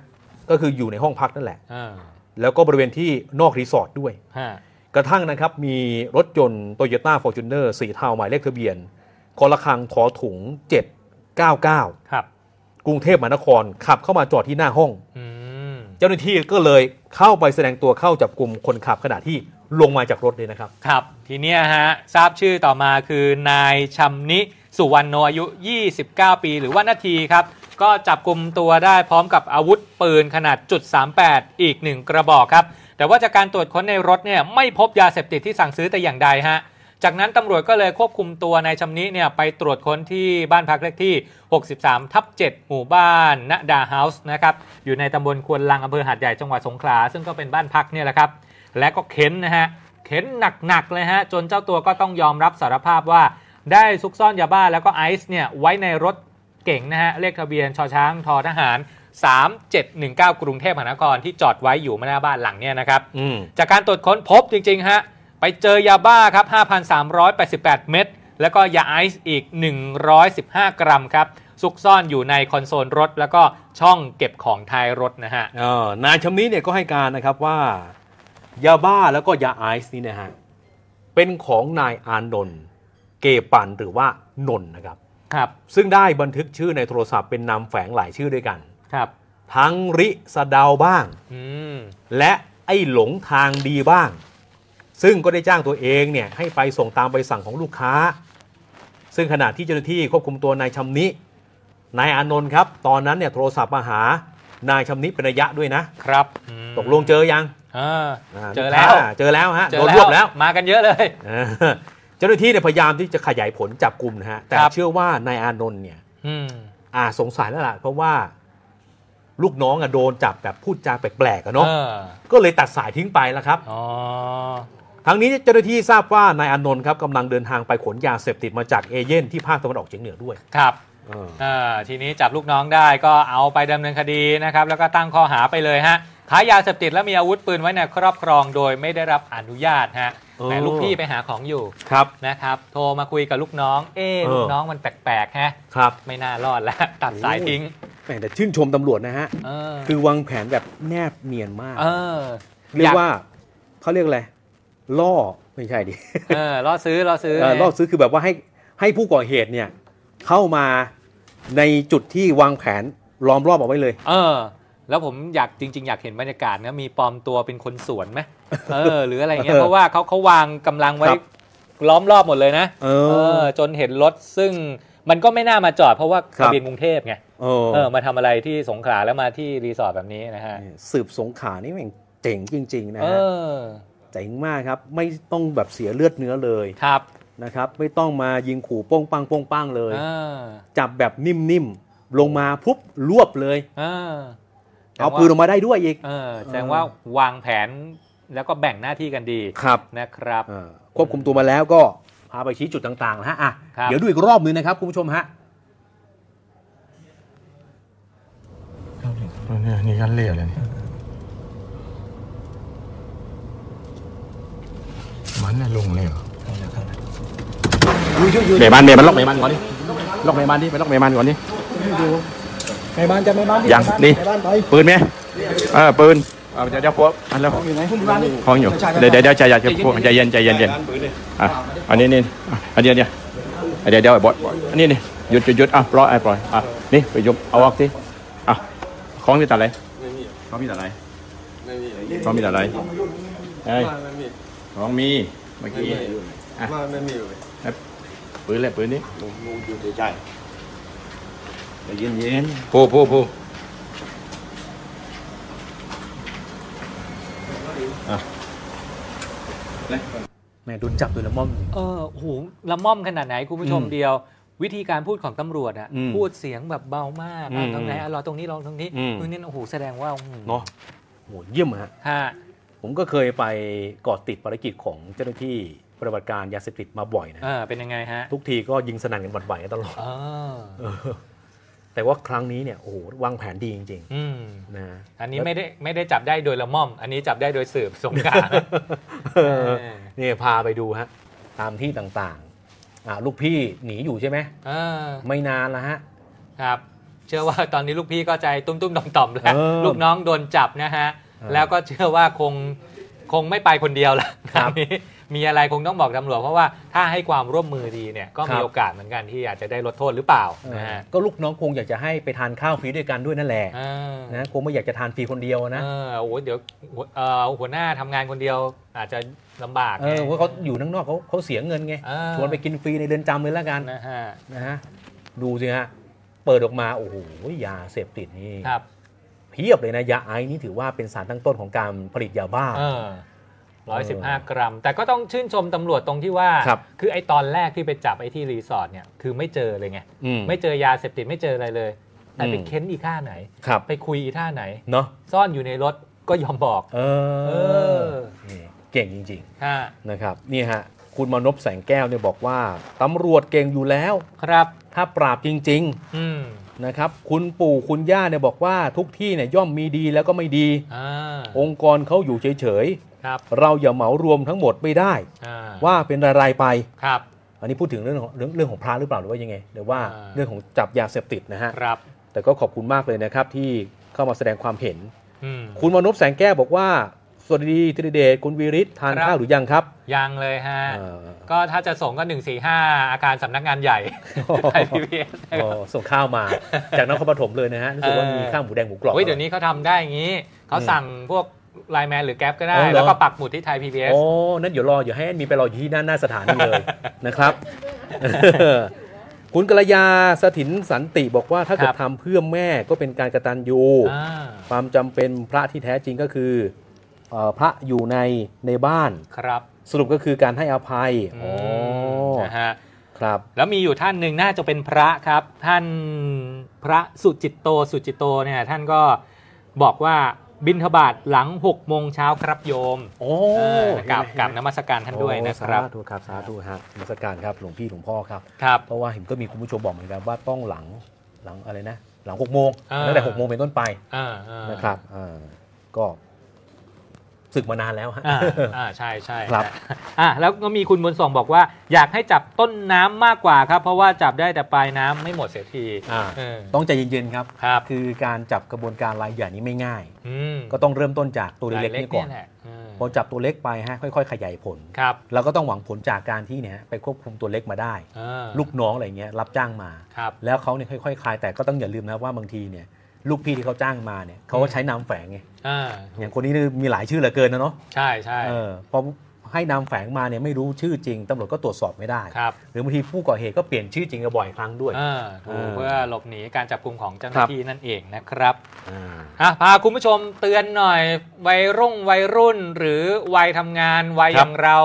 B: ก็คืออยู่ในห้องพักนั่นแหละ
A: เออ
B: แล้วก็บริเวณที่นอกรีสอร์ทด้วย
A: ฮะ
B: กระทั่งนะครับ มีรถยนต์ Toyota Fortuner สีเทาหมายเลขทะเบียนคอละครังทอถุง 799
A: ครับ
B: กรุงเทพมหานคร ขับเข้ามาจอดที่หน้าห้อง
A: อืม
B: เจ้าหน้าที่ก็เลยเข้าไปแสดงตัวเข้าจับกลุ่มคนขับขณะที่ลงมาจากรถเลยนะครับ
A: ครับ ทีเนี้ยฮะ ทราบชื่อต่อมาคือนายชำนิสุวรรณโนอายุ 29 ปี หรือว่านาทีครับ ก็จับกลุ่มตัวได้พร้อมกับอาวุธปืนขนาดจุด38 อีกหนึ่งกระบอกครับ แต่ว่าจากการตรวจค้นในรถเนี่ยไม่พบยาเสพติดที่สั่งซื้อแต่อย่างใดฮะ จากนั้นตำรวจก็เลยควบคุมตัวนายชำนิเนี่ยไปตรวจค้นที่บ้านพักเลขที่ 63 ทับ 7 หมู่บ้านณดาเฮาส์นะครับ อยู่ในตำบลควนลังอำเภอหาดใหญ่จังหวัดสงขลา ซึ่งก็เป็นบ้านพักเนี่ยแหละครับ และก็เค้นนะฮะ เข็นหนัก ๆ เลยฮะ จนเจ้าตัวก็ต้องยอมรับสารภาพว่า ได้ซุกซ่อนยาบ้าแล้วก็ไอซ์เนี่ย ไว้ในรถเก่งนะฮะ เลขทะเบียนชอช้างทอทหาร 3719 กรุงเทพมหานครที่จอดไว้อยู่หน้าบ้านหลังเนี่ยนะครับ
B: อืม
A: จากการตรวจค้นพบจริง ๆ ฮะ ไปเจอยาบ้าครับ 5,388 เม็ด แล้วก็ยาไอซ์อีก 115 กรัมครับ ซุกซ่อนอยู่ในคอนโซลรถ แล้วก็ช่องเก็บของท้ายรถนะฮะ
B: เอ่อนายชำนี้เนี่ยก็ให้การนะครับว่ายาบ้าแล้วก็ยาไอซ์นี่นะฮะเป็นของนายอานนท์เกปันหรือว่านนท์นะครับ
A: ครับ
B: ซึ่งได้บันทึกชื่อในโทรศัพท์เป็นนามแฝงหลายชื่อด้วยกัน
A: ครับ
B: ทั้งริสะเดาวบ้าง
A: อืม
B: และไอ้หลงทางดีบ้าง ซึ่งก็ได้จ้างตัวเองเนี่ยให้ไปส่งตามใบสั่งของลูกค้า ซึ่งขณะที่เจ้าหน้าที่ควบคุมตัวนายชำนินายอานนท์ครับตอนนั้นเนี่ยโทรศัพท์มาหานายชำนิเป็นระยะด้วยนะ
A: ครับอืม
B: ตกลงเจอยัง
A: เออ
B: อ่า
A: เจอแล้ว
B: าเจอแล้วฮะ
A: เจอ
B: โดนรวบแล้ว
A: มากันเยอะเลย
B: เออเจ้าหน้าที่เนี่ยพยายามที่จะขยายผลจับกลุ่มนะฮะ แต่
A: ครับ
B: เชื่อว่านายอานนท์เนี่ย
A: อืม
B: อาจสงสัยแล้วล่ะเพราะว่า ลูกน้องอะโดนจับแบบพูดจาแปลกๆอะเนาะ
A: เออ
B: ก็เลยตัดสายทิ้งไปแล้วครับ
A: อ๋อ
B: ทั้งนี้เจ้าหน้าที่ทราบว่านายอานนท์ครับกำลังเดินทางไปขนยาเสพติดมาจากเอเย่นที่ภาคตะวันออกเฉียงเหนือด้วย
A: ครับ
B: เออ
A: เออทีนี้จับลูกน้องได้ก็เอาไปดำเนินคดีนะครับ แล้วก็ตั้งข้อหาไปเลยฮะค้ายาเสพติดและมีอาวุธปืนไว้ในครอบครองโดยไม่ได้รับอนุญาตฮะ
B: โอ้
A: แต่ลูกพี่ไปหาของอยู่
B: ครับ
A: นะครับ โทรมาคุยกับลูกน้อง เอ๊ะ
B: เออ
A: ลูกน้องมันแปลกๆฮะ
B: ครับ
A: ไม่น่ารอดแล้ว ตัดสายทิ้ง
B: แหมแต่ชื่นชมตำรวจนะฮะ
A: เออ
B: คือวางแผนแบบแนบเนียนมาก
A: เออ
B: เรีย
A: อก
B: ว่าเขาเรียกอะไรล่อไม่ใช่ดิ
A: เออล่อซื้อล่อซื้อ
B: เอ่อรอบซื้อคือแบบว่าให้ให้ผู้ก่อเหตุเนี่ยเข้ามาในจุดที่วางแผนล้อมรอบเอาไว้เลย
A: เออ แล้วผมอยากจริง ๆ อยากเห็นบรรยากาศนะมีปลอมตัวเป็นคนสวนไหมเออ หรืออะไรเงี้ย
B: เออ
A: เพราะว่าเขาเขาวางกำลังไว้
B: ครับ
A: ล้อมรอบหมดเลยนะ
B: เออ
A: จนเห็นรถซึ่งมันก็ไม่น่ามาจอดเพราะว่า
B: ครั
A: ทะ
B: บ
A: เบียนกรุงเทพไง
B: เออ
A: เออมาทำอะไรที่สงขลาแล้วมาที่รีสอร์ทแบบนี้นะฮะ
B: สืบสงขลานี่แม่งเจ๋งจริง ๆ นะ
A: เอ
B: ฮะ
A: อ
B: เจ๋งมากครับ ไม่ต้องแบบเสียเลือดเนื้อเลย
A: ครับ
B: นะครับ ไม่ต้องมายิงขู่โป้งปังโป้งปังเลย
A: เออ
B: จับแบบนิ่มๆ ลงมาปุ๊บรวบเลย
A: เออ
B: เอาปืนออกมาได้ด้วยอีก
A: เออแสดงว่าวางแผนแล้วก็แบ่งหน้าที่กันดี
B: ครับ
A: นะครับ
B: เอ่อควบคุมตัวมาแล้วก็พาไปชี้จุดต่างๆนะฮะอ่ะ
A: ครับ
B: เดี๋ยวดูอีกรอบนึงนะครับคุณผู้ชมฮะ
F: เนี่ยนี่กันเหลี่ยเลยเนี่ยมันน่ะลงเลยเหรอ
G: เมย์มันเมย์มันล็อกเมย์มันก่อนดิล็อกเมย์มันดิไปล็อกเมย์มันก่อนดิ
E: ในบ้านจะไม่บ้าน
G: ยังนี่
E: ในบ้านไป
G: ปืนไหมเออปืนเอาเดี๋ยวเดี๋ยวพวกอันแล้วของอยู่เดี๋ยวเดี๋ยวเดี๋ยวใจเย็นใจเย็นพวกใจเย็นใจเย็นใจเย็นอ่ะอันนี้นี่อ่ะอันเดียวเดียวอันเดียวเดียวไอ้บอสบอสอันนี้นี่หยุดหยุดหยุดอ่ะปล่อยไอ้ปล่อยอ่ะนี่ไปยกเอาออกสิอ่ะ ของมีแต่อะไร
F: ไม่มี
G: ของมีแต่อะไร
F: ไม่มี
G: ของมีแต่อะไรเอ้ย
F: บ้านไม่มี
G: ของมีเมื่อ
F: ไม่
G: กี้
F: มีบ้านไม่มีเลย
G: ปืนเลยปืนนี้
F: ผมอยู่ใจ
G: ใจเย็นเย็นผู้ผู้ผู้
B: แม่โดนจับโดยละม่อม
A: เออโอ้โหูละม่อมขนาดไหนคุณผู้ชมเดียว วิธีการพูดของตำรวจอะ
G: อืม
A: พูดเสียงแบบเบามากอ่ะ
G: อืม
A: ตรงไหนอ่ะรอตรงนี้รอตรงนี้
G: อืม
A: ตรงนี้โอ้โหแสดงว่าอื้อหือ
B: เนาะโหเยี่ยมฮะ
A: ฮะ
B: ผมก็เคยไปเกาะติดภารกิจของเจ้าหน้าที่ปฏิบัติการยาเสพติดมาบ่อยนะ
A: เออเป็นยังไงฮะ
B: ทุกทีก็ยิงสนั่นกันหวั่นไหวกันตลอด
A: เออ
B: เออแต่ว่าครั้งนี้เนี่ยโอ้โหวางแผนดีจริง
A: อืม
B: ๆนะ
A: อันนี้ไม่ได้ไม่ได้จับได้โดยละม่อม อันนี้จับได้โดยสืบสงการ
B: เออนี่พาไปดูฮะ ตามที่ต่างๆอ่าลูกพี่หนีอยู่ใช่ไหม
A: เออ
B: ไม่นานละฮะ
A: ครับ เชื่อว่าตอนนี้ลูกพี่ก็ใจตุ้มๆต่อมๆแล้ว
B: เออ
A: ลูกน้องโดนจับนะฮะ
B: ออ
A: แล้วก็เชื่อว่าคงคงไม่ไปคนเดียว ละ
B: ครับ
A: มีมีอะไรคงต้องบอกตำรวจเพราะว่าถ้าให้ความร่วมมือดีเนี่ยก็มี
B: ครับ
A: โอกาสเหมือนกันที่อาจจะได้ลดโทษหรือเปล่านะฮะ
B: ก็ลูกน้องคงอยากจะให้ไปทานข้าวฟรีด้วยกันด้วยนั่นแหละ
A: เออ
B: นะคงไม่อยากจะทานฟรีคนเดียวนะ
A: เออโอ้โหเดี๋ยวหัวเอ่อหัวหน้าทำงานคนเดียวอาจจะลำบาก
B: เอ
A: ไง
B: อเพราะเขาอยู่ข้างนอกเขาเขาเสียเงินไง
A: เออ
B: ชวนไปกินฟรีในเดือนจำเลยละกัน
A: นะฮะ
B: นะฮะดูสิฮะเปิดออกมาโอ้โหยาเสพติดนี่
A: ครับ
B: เพียบเลยนะยาไอซ์นี่ถือว่าเป็นสารตั้งต้นของการผลิตยาบ้า
A: เออร้อยสิบห้ากรัม แต่ก็ต้องชื่นชมตำรวจตรงที่ว่า
B: ครับ
A: อไอ้ตอนแรกที่ไปจับไอ้ที่รีสอร์ทเนี่ยคือไม่เจอเลยไง
B: อืม
A: ไม่เจอยาเสพติดไม่เจออะไรเลย แต่ไป
B: อืม
A: เค้นอีท่าไหน
B: ครับ
A: ไปคุยอีท่าไหน
B: เนาะ
A: ซ่อนอยู่ในรถก็ยอมบอก
B: เอ
A: เอ
B: อ
A: อ
B: นี่เก่งจริง ๆ
A: ฮะ
B: นะครับนี่ฮะคุณมานพแสงแก้วเนี่ยบอกว่าตำรวจเก่งอยู่แล้ว
A: ครับ
B: ถ้าปราบจริง
A: อืม
B: ๆ นะครับ คุณปู่คุณย่าเนี่ยบอกว่าทุกที่เนี่ยย่อมมีดีแล้วก็ไม่ดี
A: อ่า
B: องค์กรเขาอยู่เฉย
A: ครับ
B: ๆ เราอย่าเหมารวมทั้งหมดไม่ได้
A: อ่า
B: ว่าเป็นรายๆไป
A: ครับ
B: อันนี้พูดถึงเรื่องของเรื่องเรื่องของพระหรือเปล่าหรือว่ายังไงหรือว่า
A: อ่า
B: เรื่องของจับยาเสพติดนะฮะ
A: ครับ
B: แต่ก็ขอบคุณมากเลยนะครับที่เข้ามาแสดงความเห็น
A: อืม
B: คุณมานพแสงแก้วบอกว่า สวัสดีธีรเดชคุณวีริศทาน
A: ครับ
B: ข้าวหรือยังครับ
A: ยังเลยฮะ
B: อ่า
A: ก็ถ้าจะส่งก็ 145 อาการสำนักงานใหญ่ ไทยพีพีเอส
B: อ๋อส่ง ข้าวมา จากนครปฐมเลยนะฮะรู้สึกว่ามีข้าวหมูแดงหมูกรอบ
A: เฮ้ยเดี๋ยวนี้เขาทำได้อย่างนี้ เขาสั่งพวกไลน์แมนหรือแก๊ปก็ได้
B: อ๋อเหรอ
A: แล้วก็ปักหมุดที่ไทย PBS
B: โอ้นั่นเดี๋ยวรอ เดี๋ยวให้แอดมีไปรออยู่ที่หน้าหน้าสถานีเลย นะครับ คุณกระยาสถินสันติบอกว่าถ้าเกิ
A: ครั
B: ด
A: บ
B: ทำเพื่อแม่ก็เป็นการกระตันยู
A: อ่า
B: ความจำเป็นพระที่แท้จริงก็คือเอ่อพระอยู่ในในบ้าน
A: ครับ
B: สรุปก็คือการให้อภัยอ๋อ
A: มนะฮะ
B: ครับ
A: แล้วมีอยู่ท่านหนึ่งน่าจะเป็นพระครับ ท่านพระสุจิตโตสุจิตโตเนี่ยท่านก็บอกว่าบิณฑบาตหลัง6โมงเช้าครับโยม
B: โอ้
A: เออกับกับนมัสการท่านด้วยนะครับ
B: โอ้สาธุครับสาธุฮะนมัสการครับหลวงพี่หลวงพ่อครับ
A: ครับ
B: เพราะว่าเห็นก็มีคุณผู้ชมบอกเหมือนกันว่าต้องหลังหลังอะไรนะ หลังหกโมง
A: อ่า
B: ตั้งแต่หกโมงเป็นต้นไป
A: อ่าอ่า
B: นะครับอ่าก็ศึกมานานแล้วฮะ
A: อ่าอ่าใช่ใช่
B: ครับ
A: อ่าแล้วก็มีคุณบุญส่งบอกว่า อยากให้จับต้นน้ำมากกว่าครับ เพราะว่าจับได้แต่ปลายน้ำไม่หมดเสียที
B: อ่า
A: เออ
B: ต้องใจเย็นๆครับ
A: ครับ
B: คือการจับกระบวนการรายใหญ่นี้ไม่ง่าย
A: อืม
B: ก็ต้องเริ่มต้นจากตัวเล็กๆนี่ก่อน
A: รายเยแหละอืม
B: พอจับตัวเล็กไปฮะค่อย ๆ ขยายผล
A: ครับ
B: เราก็ต้องหวังผลจากการที่เนี่ยฮะไปควบคุมตัวเล็กมาได้
A: เออ
B: ลูกน้องอะไรเงี้ยรับจ้างมา
A: ครับ
B: แล้วเขาเนี่ยค่อยๆคลายแต่ก็ต้องอย่าลืมนะว่าบางทีเนี่ย ลูกพี่ที่เขาจ้างมาเนี่ยเขาก็ใช้นามแฝงไง
A: อ่า
B: อย่างคนนี้นี่มีหลายชื่อเหลือเกินนะเนาะ
A: ใช่ใช่
B: เออพอให้นามแฝงมาเนี่ยไม่รู้ชื่อจริงตำรวจก็ตรวจสอบไม่ได้
A: ครับ
B: หรือบางทีผู้ก่อเหตุก็เปลี่ยนชื่อจริงกันบ่อยครั้งด้วย
A: เออถูก
B: เออ
A: เพื่อหลบหนีการจับกลุ่มของเจ้าห
B: ครั
A: น้า
B: บ
A: ที่นั่นเองนะครับ
B: อ่า
A: อ่ะพาคุณผู้ชมเตือนหน่อย วัยรุ่งวัยรุ่นหรือวัยทำงาน วัยอ
B: ครับ
A: ย่างเรา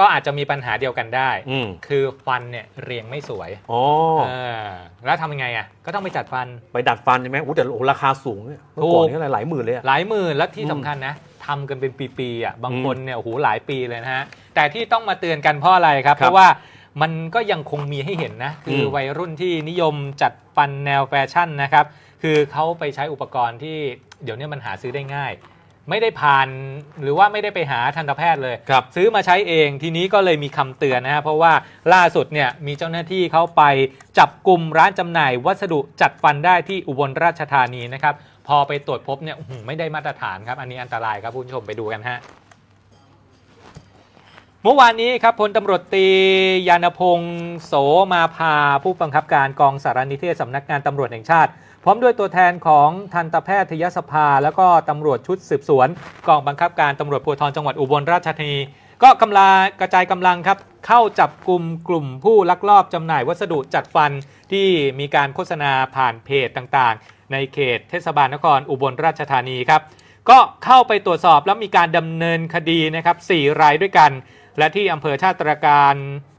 A: ก็อาจจะมีปัญหาเดียวกันได้
B: อืม
A: คือฟันเนี่ยเรียงไม่สวย
B: อ๋อ
A: เออแล้วทำยังไงอ่ะ ก็ต้องไปจัดฟัน
B: ไปดัดฟันใช่ไหมอู้แต่โอ้ราคาสูงเนี่ยเมื่อก่อน
A: ถูก
B: นี่หลายหมื่นเลยอะ
A: หลายหมื่นและที่
B: อืม
A: สำคัญนะทำกันเป็นปีๆอ่ะบาง
B: อืม
A: คนเนี่ยโอ้โหหลายปีเลยนะฮะ แต่ที่ต้องมาเตือนกันเพราะอะไรครับ
B: ครับ
A: เพราะว่ามันก็ยังคงมีให้เห็นนะ คืออ
B: ม
A: วัยรุ่นที่นิยมจัดฟันแนวแฟชั่นนะครับ คือเขาไปใช้อุปกรณ์ที่เดี๋ยวนี้มันหาซื้อได้ง่าย ไม่ได้ผ่านหรือว่าไม่ได้ไปหาทันตแพทย์เลย
B: ครับ
A: ซื้อมาใช้เองทีนี้ก็เลยมีคำเตือนนะฮะเพราะว่าล่าสุดเนี่ยมีเจ้าหน้าที่เขาไปจับกลุ่มร้านจำหน่าย วัสดุจัดฟันได้ที่อุบลราชธานีนะครับ พอไปตรวจพบเนี่ยอื้อหือไม่ได้มาตรฐานครับ อันนี้อันตรายครับคุณผู้ชมไปดูกันฮะ เมื่อวานนี้ครับพลตำรวจตรียานพงศ์โสมาภา ผู้บังคับการกองสารนิเทศสำนักงานตำรวจแห่งชาติ พร้อมด้วยตัวแทนของทันตแพทยสภา แล้วก็ตำรวจชุดสืบสวน กองบังคับการตำรวจภูธรจังหวัดอุบลราชธานี ก็กำลากระจายกำลังครับ เข้าจับกลุ่มกลุ่มผู้ลักลอบจำหน่ายวัสดุจัดฟันที่มีการโฆษณาผ่านเพจต่างๆ ในเขตเทศบาลนครอุบลราชธานีครับ ก็เข้าไปตรวจสอบแล้วมีการดำเนินคดีนะครับ4รายด้วยกัน และที่อำเภอชาติตราการ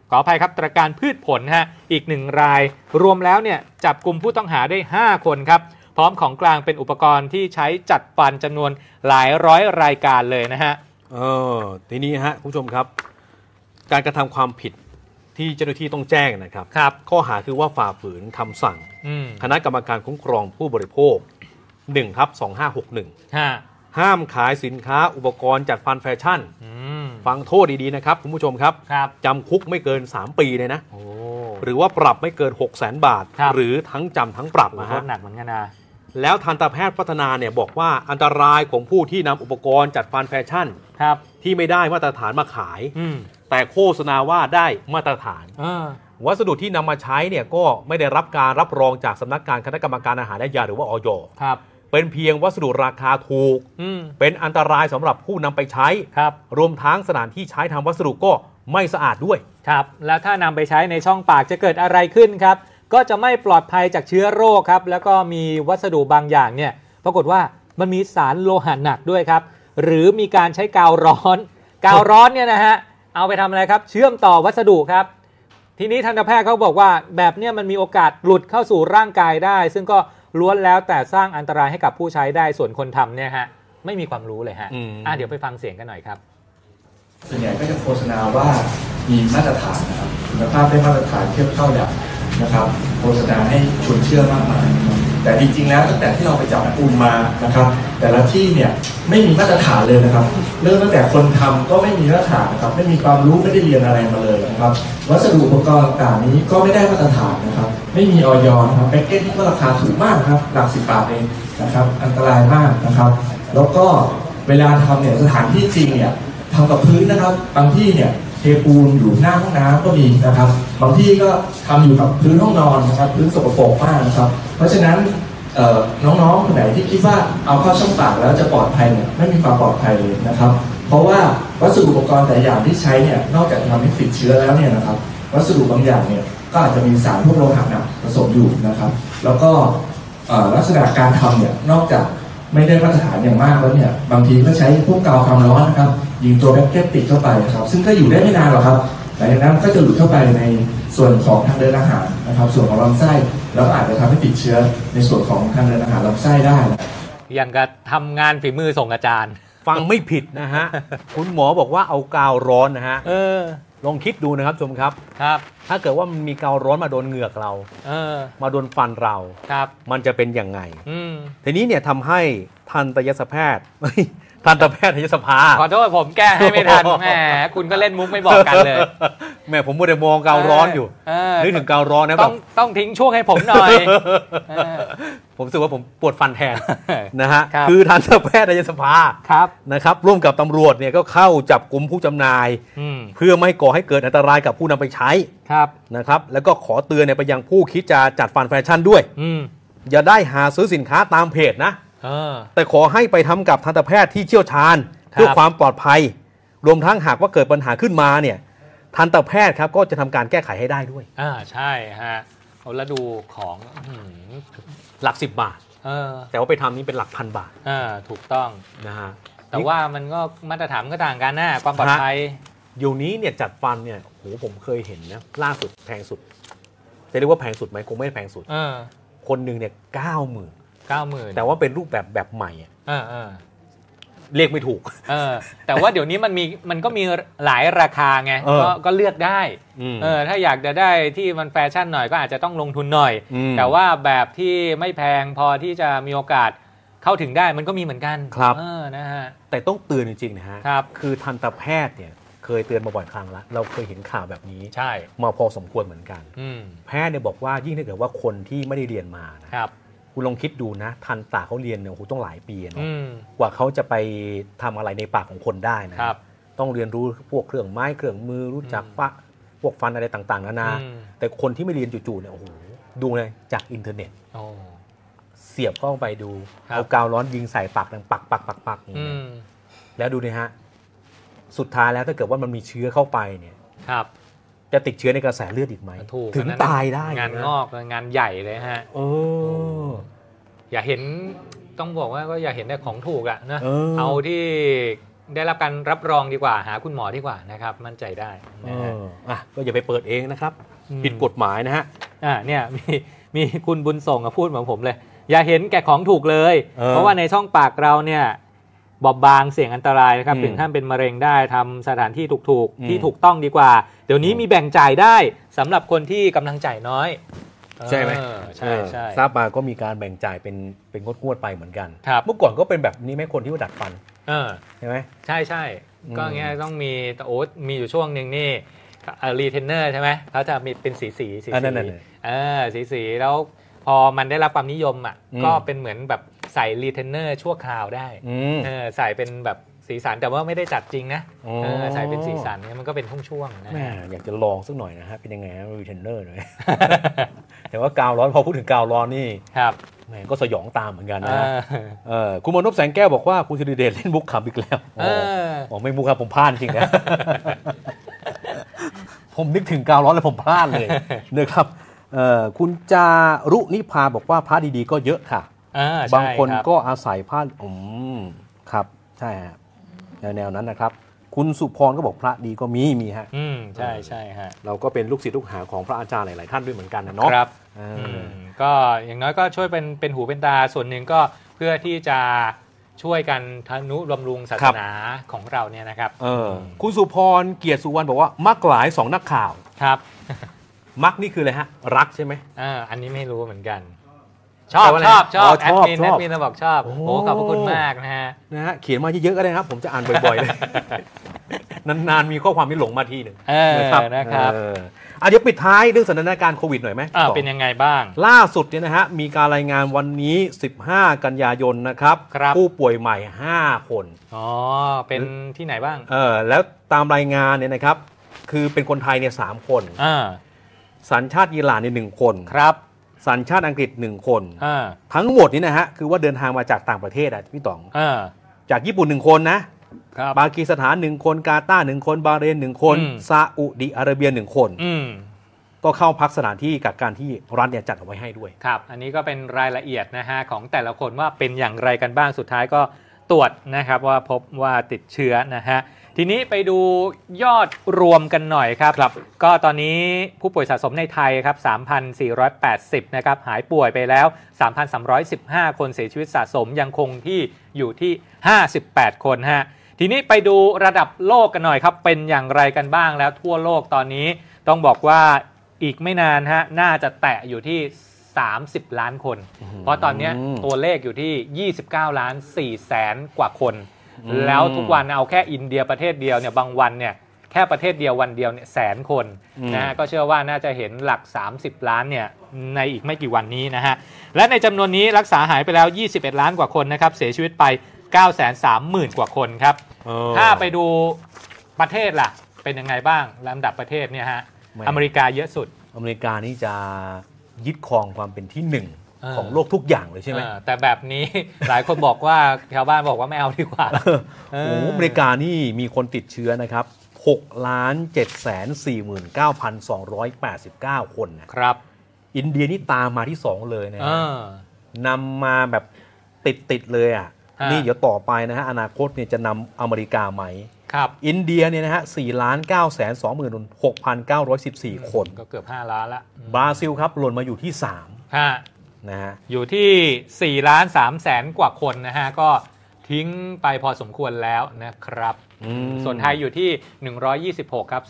A: ขออภัยครับตราการพืชผลฮะอีกหนึ่งราย รวมแล้วเนี่ยจับกลุ่มผู้ต้องหาได้ 5 คนครับ พร้อมของกลางเป็นอุปกรณ์ที่ใช้จัดฟันจำนวนหลายร้อยรายการเลยนะฮะ
B: เออทีนี้ฮะคุณผู้ชมครับ การกระทำความผิดที่เจ้าหน้าที่ต้องแจ้งนะครับ
A: ครับ
B: ข้อหาคือว่าฝ่าฝืนคำสั่ง
A: อืม
B: คณะกรรมการคุ้มครองผู้บริโภค1ทับ2561
A: ฮะ
B: ห้ามขายสินค้าอุปกรณ์จัดฟันแฟชั่น
A: อืม
B: ฟังโทษดี ๆ นะครับคุณผู้ชมครับ
A: ครับ
B: จำคุกไม่เกิน 3 ปีเลยนะ
A: โอ้
B: หรือว่าปรับไม่เกิน 6 0แสนบาท
A: ครับ
B: หรือทั้งจำทั้งปรับนะ
A: โท
B: ฮะ
A: ษหนักเหมือนกันนะ
B: แล้วทันตแพทย์พัฒนาเนี่ยบอกว่าอันตรายของผู้ที่นำอุปกรณ์จัดฟันแฟชั่น
A: ครับ
B: ที่ไม่ได้มาตรฐานมาขาย
A: อืม
B: แต่โฆษณาว่าได้มาตรฐาน
A: เออ
B: วัสดุที่นำมาใช้เนี่ยก็ไม่ได้รับการรับรองจากสำนักงานคณะกรรมการอาหารและยาหรือว่าออย
A: ครับ
B: เป็นเพียงวัสดุราคาถูก
A: อืม
B: เป็นอันตรายสำหรับผู้นำไปใช้
A: ครับ
B: รวมทั้งสถานที่ใช้ทำวัสดุก็ไม่สะอาดด้วย
A: ครับ แล้วถ้านำไปใช้ในช่องปากจะเกิดอะไรขึ้นครับ ก็จะไม่ปลอดภัยจากเชื้อโรคครับ แล้วก็มีวัสดุบางอย่างเนี่ย ปรากฏว่ามันมีสารโลหะหนักด้วยครับ หรือมีการใช้กาวร้อน กาวร้อนเนี่ยนะฮะ เอาไปทำอะไรครับ เชื่อมต่อวัสดุครับ ทีนี้ทันตแพทย์เขาบอกว่าแบบเนี้ยมันมีโอกาสหลุดเข้าสู่ร่างกายได้ ซึ่งก็ล้วนแล้วแต่สร้างอันตรายให้กับผู้ใช้ได้ ส่วนคนทำเนี่ยฮะไม่มีความรู้เลยฮะ
B: อืม
A: อ่ะเดี๋ยวไปฟังเสียงกันหน่อยครับ
H: ส่วนใหญ่ก็จะโฆษณาว่ามีมาตรฐานนะครับคุณภาพได้มาตรฐานเทียบเท่าอย่างนะครับโฆษณาให้ชวนเชื่อมากมายนะครับแต่จริงๆแล้วตั้งแต่ที่เราไปจับกลุ่มมานะครับ แต่ละที่เนี่ยไม่มีมาตรฐานเลยนะครับเริ่มตั้งแต่คนทำก็ไม่มีมาตรฐานนะครับไม่มีความรู้ไม่ได้เรียนอะไรมาเลยนะครับ วัสดุอุปกรณ์ต่างๆนี้ก็ไม่ได้มาตรฐานนะครับ ไม่มีออยนะครับแพ็กเกจที่ก็ราคาถูกมากครับหลักสิบบาทเองนะครับอันตรายมากนะครับ แล้วก็เวลาทำเนี่ยสถานที่จริงเนี่ย ทำกับพื้นนะครับ บางที่เนี่ยเทปูนอยู่หน้าห้องน้ำก็มีนะครับ บางที่ก็ทำอยู่กับพื้นห้องนอนนะครับ พื้นสกปรกมากนะครับ เพราะฉะนั้นเอ่อน้องๆคนไหนที่คิดว่าเอาเข้าช่องปากแล้วจะปลอดภัยเนี่ยไม่มีความปลอดภัยเลยนะครับ เพราะว่าวัสดุอุปกรณ์แต่ละอย่างที่ใช้เนี่ยนอกจากทำให้ติดเชื้อแล้วเนี่ยนะครับ วัสดุบางอย่างเนี่ยก็อาจจะมีสารพวกโลหะหนักผสมอยู่นะครับ แล้วก็เอ่อลักษณะการทำเนี่ยนอกจาก ไม่ได้มาตรฐานอย่างมากแล้วเนี่ย บางทีก็ใช้พวกกาวความร้อนนะครับ ยิงตัวแบ็กเก็ตติดเข้าไปนะครับ ซึ่งก็อยู่ได้ไม่นานหรอกครับหลังจากนั้นก็จะหลุดเข้าไปในส่วนของทางเดินอาหารนะครับ ส่วนของลำไส้แล้วก็อาจจะทำให้ติดเชื้อในส่วนของทางเดินอาหารลำไส้ได้
A: อย่างกับทำงานฝีมือส่งอาจารย์
B: ฟังไม่ผิดนะ ฮะ คุณหมอบอกว่าเอากาวร้อนนะฮะ
A: เออ
B: ลองคิดดูนะครับชมครับ
A: ครับ
B: ถ้าเกิดว่ามันมีกาวร้อนมาโดนเหงือกเรา
A: เออ
B: มาโดนฟันเรา
A: ครับ
B: มันจะเป็นยังไง
A: อืม
B: ทีนี้เนี่ยทำให้ทันตยศแพทย์ ทันตแพทยสภา
A: ขอโทษผมแก้ให้ไม่ทัน แหม คุณก็เล่นมุกไม่บอกกันเลย
B: แหม่ผมมัวแต่มองกาวร้อนอยู่
A: เออ
B: นึกถึงกาวร้อนนะแบ
A: ต้อบ งต้องทิ้งช่วงให้ผมหน่อย เออ
B: ผมรู้สึกว่าผมปวดฟันแท น
A: เออ
B: นะฮะ
A: ครับ
B: คือทันตแพทยสภา
A: ครับ
B: นะครับร่วมกับตำรวจเนี่ยก็เข้าจับกลุ่มผู้จำหน่าย
A: อืม
B: เพื่อไม่ก่อให้เกิดอันตรายกับผู้นำไปใช้
A: ครับ
B: นะครับ แล้วก็ขอเตือนเนี่ยไปยังผู้คิดจะจัดฟันแฟชั่นด้วย
A: อืม
B: อย่าได้หาซื้อสินค้าตามเพจนะ
A: เออ
B: แต่ขอให้ไปทำกับทันตแพทย์ที่เชี่ยวชาญ
A: ครับ
B: เพื่อความปลอดภัย รวมทั้งหากว่าเกิดปัญหาขึ้นมาเนี่ยทันตแพทย์ครับก็จะทำการแก้ไขให้ได้ด้วย
A: อ่า ใช่ฮะเอาแล้วดูของอื้อหือ
B: หลัก 10 บาท
A: เออ
B: แต่ว่าไปทำนี่เป็นหลักพันบาท
A: เออถูกต้อง
B: นะฮะ
A: แต่ว่ามันก็มาตรฐานก็ต่างกันนะความปลอด
B: ฮะ
A: ภัย
B: เดี๋ยวนี้เนี่ยจัดฟันเนี่ยโหผมเคยเห็นนะล่าสุดแพงสุด จะเรียกว่าแพงสุดไหมคงไม่แพงสุด
A: เออ
B: คนหนึ่งเนี่ยเก้าหมื่น
A: เก้าหมื่น
B: แต่ว่าเป็นรูปแบบแบบใหม่อะ
A: เออเออ
B: เรียกไม่ถูก
A: เออแต่ว่าเดี๋ยวนี้มันมีมันก็มีหลายราคาไง
B: เออ
A: ก็ก็เลือกได้
B: อืม
A: เออถ้าอยากจะได้ที่มันแฟชั่นหน่อยก็อาจจะต้องลงทุนหน่อย
B: อืม
A: แต่ว่าแบบที่ไม่แพงพอที่จะมีโอกาสเข้าถึงได้มันก็มีเหมือนกัน
B: ครับ
A: เออนะฮะ
B: แต่ต้องเตือนจริงๆนะฮะ
A: ครับ
B: คือทันตแพทย์เนี่ยเคยเตือนมาบ่อยครั้งแล้วเราเคยเห็นข่าวแบบนี้
A: ใช่
B: มาพอสมควรเหมือนกัน
A: อืม
B: แพทย์เนี่ยบอกว่ายิ่งถ้าเกิดว่าคนที่ไม่ได้เรียนมานะครับ คุณลองคิดดูนะ ทันตาเขาเรียนเนี่ยโอ้โหต้องหลายปีอะเนาะ
A: อืม
B: กว่าเขาจะไปทำอะไรในปากของคนได้นะครับ ต้องเรียนรู้พวกเครื่องไม้เครื่องมือรู้จัก
A: อืม
B: ปะพวกฟันอะไรต่างๆนานา
A: อืม
B: แต่คนที่ไม่เรียนจู่ๆเนี่ยโอ้โหดูเลยจากอินเทอร์เน็ต
A: โอ้
B: เสียบเข้าไปดู
A: ครับ
B: เอากาวร้อนยิงใส่ปากดังปักปักปักปักอย่าง
A: อื
B: เงี้ย
A: ม
B: แล้วดูนะฮะ สุดท้ายแล้วถ้าเกิดว่ามันมีเชื้อเข้าไปเนี่ย
A: ครับ
B: จะติดเชื้อในกระแสเลือดอีกไหม
A: ถูก
B: ถึ
A: อั
B: ง
A: นนั้น
B: ตายได้
A: งาน
B: นะ
A: งอกงานใหญ่เลยฮะ
B: เออ
A: อย่าเห็นต้องบอกว่าก็อย่าเห็นแต่ของถูกอะนะ
B: เออ
A: เอาที่ได้รับการรับรองดีกว่า หาคุณหมอดีกว่านะครับ มั่นใจได้
B: เอ
A: นะฮะ
B: ออ่ะก็อย่าไปเปิดเองนะครับ
A: อืม
B: ผิดกฎหมายนะฮะ
A: อ่าเนี่ย มีมีคุณบุญส่งอะพูดเหมือนผมเลย อย่าเห็นแก่ของถูกเลย
B: เออ
A: เพราะว่าในช่องปากเราเนี่ยบอบบางเสี่ยงอันตรายนะครับ
B: อืม
A: ถึงขั้นเป็นมะเร็งได้ทำสถานที่ถูก
B: อื
A: ๆ
B: ม
A: ที่ถูกต้องดีกว่า เดี๋ยวนี้มีแบ่งจ่ายได้สำหรับคนที่กำลังจ่ายน้อย
B: ใช่ไหม
A: เออใช่
B: เออ
A: ใช่
B: ทราบมาก็มีการแบ่งจ่ายเป็นเป็นงดงวดๆไปเหมือนกัน
A: ครับ
B: เมื่อก่อนก็เป็นแบบนี้ไหมคนที่ว่าดัดฟัน
A: เออ
B: ใช่ไหม
A: ใช่ใช่
B: อืม
A: ก็อย่างเงี้ยต้องมีแต่โอ๊ตมีอยู่ช่วงหนึ่งนี่รีเทนเนอร์ใช่ไหมเขาจะมีเป็นสีสีสี
B: อ่ะนั่
A: สี
B: นๆ
A: เออสีสีแล้วพอมันได้รับความนิยมอ่ะ
B: อืม
A: ก็เป็นเหมือนแบบใส่รีเทนเนอร์ชั่วคราวได้
B: อืม
A: เออใส่เป็นแบบสีสันแต่ว่าไม่ได้จัดจริงนะ
B: อ๋อ
A: เออใส่เป็นสีสันเนี่ยมันก็เป็นช่วงๆนะ
B: แม่อยากจะลองสักหน่อยนะฮะเป็นยังไงรีเทนเนอร์ หน่อย แต่ว่ากาวร้อนพอพูดถึงกาวร้อนนี่
A: ครับ
B: แหม่ก็สยองตามเหมือนกัน
A: เอ
B: นะฮะ
A: อ
B: เออคุณมนพแสงแก้วบอกว่าคุณสิริเดชเล่นมุกขำอีกแล้ว
A: เออ
B: อ๋อไม่มุกครับผมพลาดจริงนะ ผมนึกถึงกาวร้อนแล้วผมพลาด เลย นะครับเอ่อคุณจารุนิพาบอกว่าพระดีๆ ก็เยอะค่ะ
A: เออใช่
B: บางคน
A: รับ
B: ก็อาศัยผ้าอืมครับ ใช่ฮะแนวแนวนั้นนะครับ คุณสุพรก็บอกพระดีก็มีมีฮะ
A: อืมใช่ใช่ฮะ
B: เราก็เป็นลูกศิษย์ลูกหาของพระอาจารย์หลาย ๆ ท่านด้วยเหมือนกันนะเนาะ
A: ครับ
B: เอออื
A: มก็อย่างน้อยก็ช่วยเป็นเป็นหูเป็นตาส่วนหนึ่งก็เพื่อที่จะช่วยกันทนุบำรุงศา
B: ค
A: ส
B: รับ
A: นาของเราเนี่ยนะครับ
B: เออ คุณสุพรเกียรติสุวรรณบอกว่า มักหลายสองนักข่าว
A: ครับ
B: มักนี่คืออะไรฮะ รักใช่ไหม
A: อ่าอันนี้ไม่รู้เหมือนกัน ชอบ
B: แปลว่าอะไร
A: ชอบชอบ
B: อ๋อ
A: แอดมิน
B: ชอบชอ
A: แอ
B: บ
A: ดมินเราบอกชอบ
B: โอ้
A: โอ้ขอบพระคุณมากนะฮะ
B: นะฮะ เขียนมาเยอะๆก็ได้นะครับ ผมจะอ่านบ่อย ๆ เลย นาน ๆ มีข้อความที่หลงมาทีหนึ่ง
A: เออนะครับ
B: เอออ่ะเดี๋ยวปิดท้ายเรื่องสถานการณ์โควิดหน่อยไหม
A: อ่า
B: ต่อ
A: เป็นยังไงบ้าง
B: ล่าสุดเนี่ยนะฮะ มีการรายงานวันนี้ 15 กันยายนนะครับ
A: ครับ
B: ผู้ป่วยใหม่ 5 คน
A: อ๋อเป็นที่ไหนบ้าง
B: เออแล้วตามรายงานเนี่ยนะครับ คือเป็นคนไทยเนี่ยสามคน
A: อ่า
B: สัญชาติอิหร่านเนี่ยหนึ่งคน
A: ครับ
B: สัญชาติอังกฤษหนึ่งคน
A: อ่า
B: ทั้งหมดนี้นะฮะ คือว่าเดินทางมาจากต่างประเทศอะพี่ต๋อง
A: อ่า
B: จากญี่ปุ่นหนึ่งคนนะครับ ปากีสถานหนึ่งคน กาตาร์หนึ่งคน บาเรนหนึ่งคน
A: อืม
B: ซาอุดิอาระเบียหนึ่งคน
A: อืม
B: ก็เข้าพักสถานที่กับการที่รัฐเนี่ยจัดเอาไว้ให้ด้วย
A: ครับ อันนี้ก็เป็นรายละเอียดนะฮะของแต่ละคนว่าเป็นอย่างไรกันบ้าง สุดท้ายก็ตรวจนะครับว่าพบว่าติดเชื้อนะฮะ ทีนี้ไปดูยอดรวมกันหน่อยครับ ก็ตอนนี้ผู้ป่วยสะสมในไทยครับ 3,480 นะครับ หายป่วยไปแล้ว 3,315 คนเสียชีวิตสะสมยังคงที่อยู่ที่ 58 คนฮะ ทีนี้ไปดูระดับโลกกันหน่อยครับ เป็นอย่างไรกันบ้างแล้วทั่วโลกตอนนี้ต้องบอกว่าอีกไม่นานฮะน่าจะแตะอยู่ที่ 30 ล้านคน เพราะตอนเนี้ยตัวเลขอยู่ที่ 29 ล้าน4แสนกว่าคน
B: อืม
A: แล้วทุกวันเอาแค่อินเดียประเทศเดียวเนี่ยบางวันเนี่ยแค่ประเทศเดียววันเดียวเนี่ยแสนคนนะฮะก็เชื่อว่าน่าจะเห็นหลัก 30 ล้านเนี่ยในอีกไม่กี่วันนี้นะฮะ และในจำนวนนี้รักษาหายไปแล้ว 21 ล้านกว่าคนนะครับ เสียชีวิตไป 930,000 กว่าคนครับ
B: เออ
A: ถ้าไปดูประเทศล่ะ เป็นยังไงบ้างลำดับประเทศเนี่ยฮะ
B: แหม่
A: อเมริกาเยอะสุด
B: อเมริกานี่จะยึดครองความเป็นที่หนึ่ง
A: เออ
B: ของโลกทุกอย่างเลยใช่ไหม
A: เออแต่แบบนี้ หลายคนบอกว่าชาวบ้านบอกว่าไม่เอาดีกว่า
B: โอ้โหอเมริกานี่มีคนติดเชื้อนะครับ6ล้าน7 4 9 2 8 9 คนนะ
A: ครับ
B: อินเดียนี่ตามมาที่ 2 เลยนะ
A: เอ
B: ฮะ
A: อ
B: นำมาแบบติดติดๆเลยอ่ะ
A: ฮะ
B: นี่เดี๋ยวต่อไปนะฮะ อนาคตเนี่ยจะนำอเมริกาไหม
A: ครับ
B: อินเดียเนี่ยนะฮะสี่ล้านเก้าแสนสองหมื่นหกพันเก้าร้อยสิบสี่คน
A: ก็เกือบ 5 ล้านละ
B: บราซิลครับหล่นมาอยู่ที่ 3
A: ฮะ
B: นะฮะ
A: อยู่ที่4ล้าน3แสนกว่าคนนะฮะ ก็ทิ้งไปพอสมควรแล้วนะครับ
B: อืม
A: ส่วนไทยอยู่ที่ 126 ครับ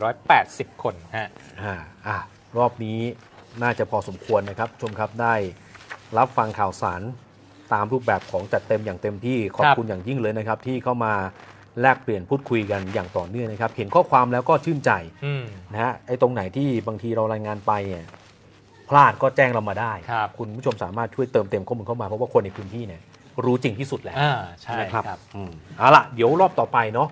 A: 3,480 คนฮะ
B: อ่าอ่ะรอบนี้น่าจะพอสมควรนะครับชมครับได้รับฟังข่าวสารตามรูปแบบของจัดเต็มอย่างเต็มที่ขอบ
A: ครับ
B: คุณอย่างยิ่งเลยนะครับ ที่เข้ามาแลกเปลี่ยนพูดคุยกันอย่างต่อเนื่องนะครับ เห็นข้อความแล้วก็ชื่นใจ
A: ืม
B: นะฮะไอ้ตรงไหนที่บางทีเรารายงานไปเนี่ยพลาดก็แจ้งเรามาได้
A: ครับ
B: ณผู้ชมสามารถช่วยเติมเต็มข้อมูลเข้ามาเพราะว่าคนในพื้นที่เนี่ยรู้จริงที่สุดแล้ว
A: อ่าใช่
B: นะครับ อืมเอาล่ะ เดี๋ยวรอบต่อไปเนาะ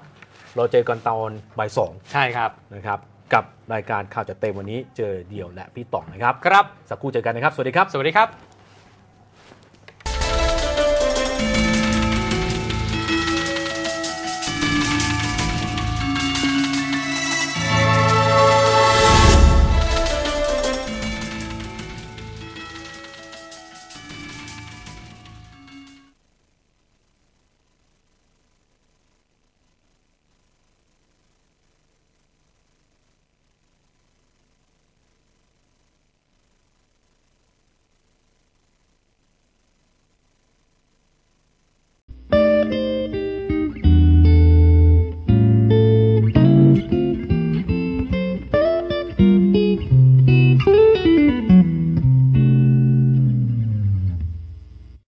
B: เราเจอกันตอนบ่ายสอง
A: ใช่ครับ
B: นะครับ กับรายการข่าวจัดเต็มวันนี้เจอเดี่ยวและพี่ต่องนะครับ
A: ครับ
B: สักครู่เจอกันนะครับ สวัสดีครับ
A: สวัสดีครับ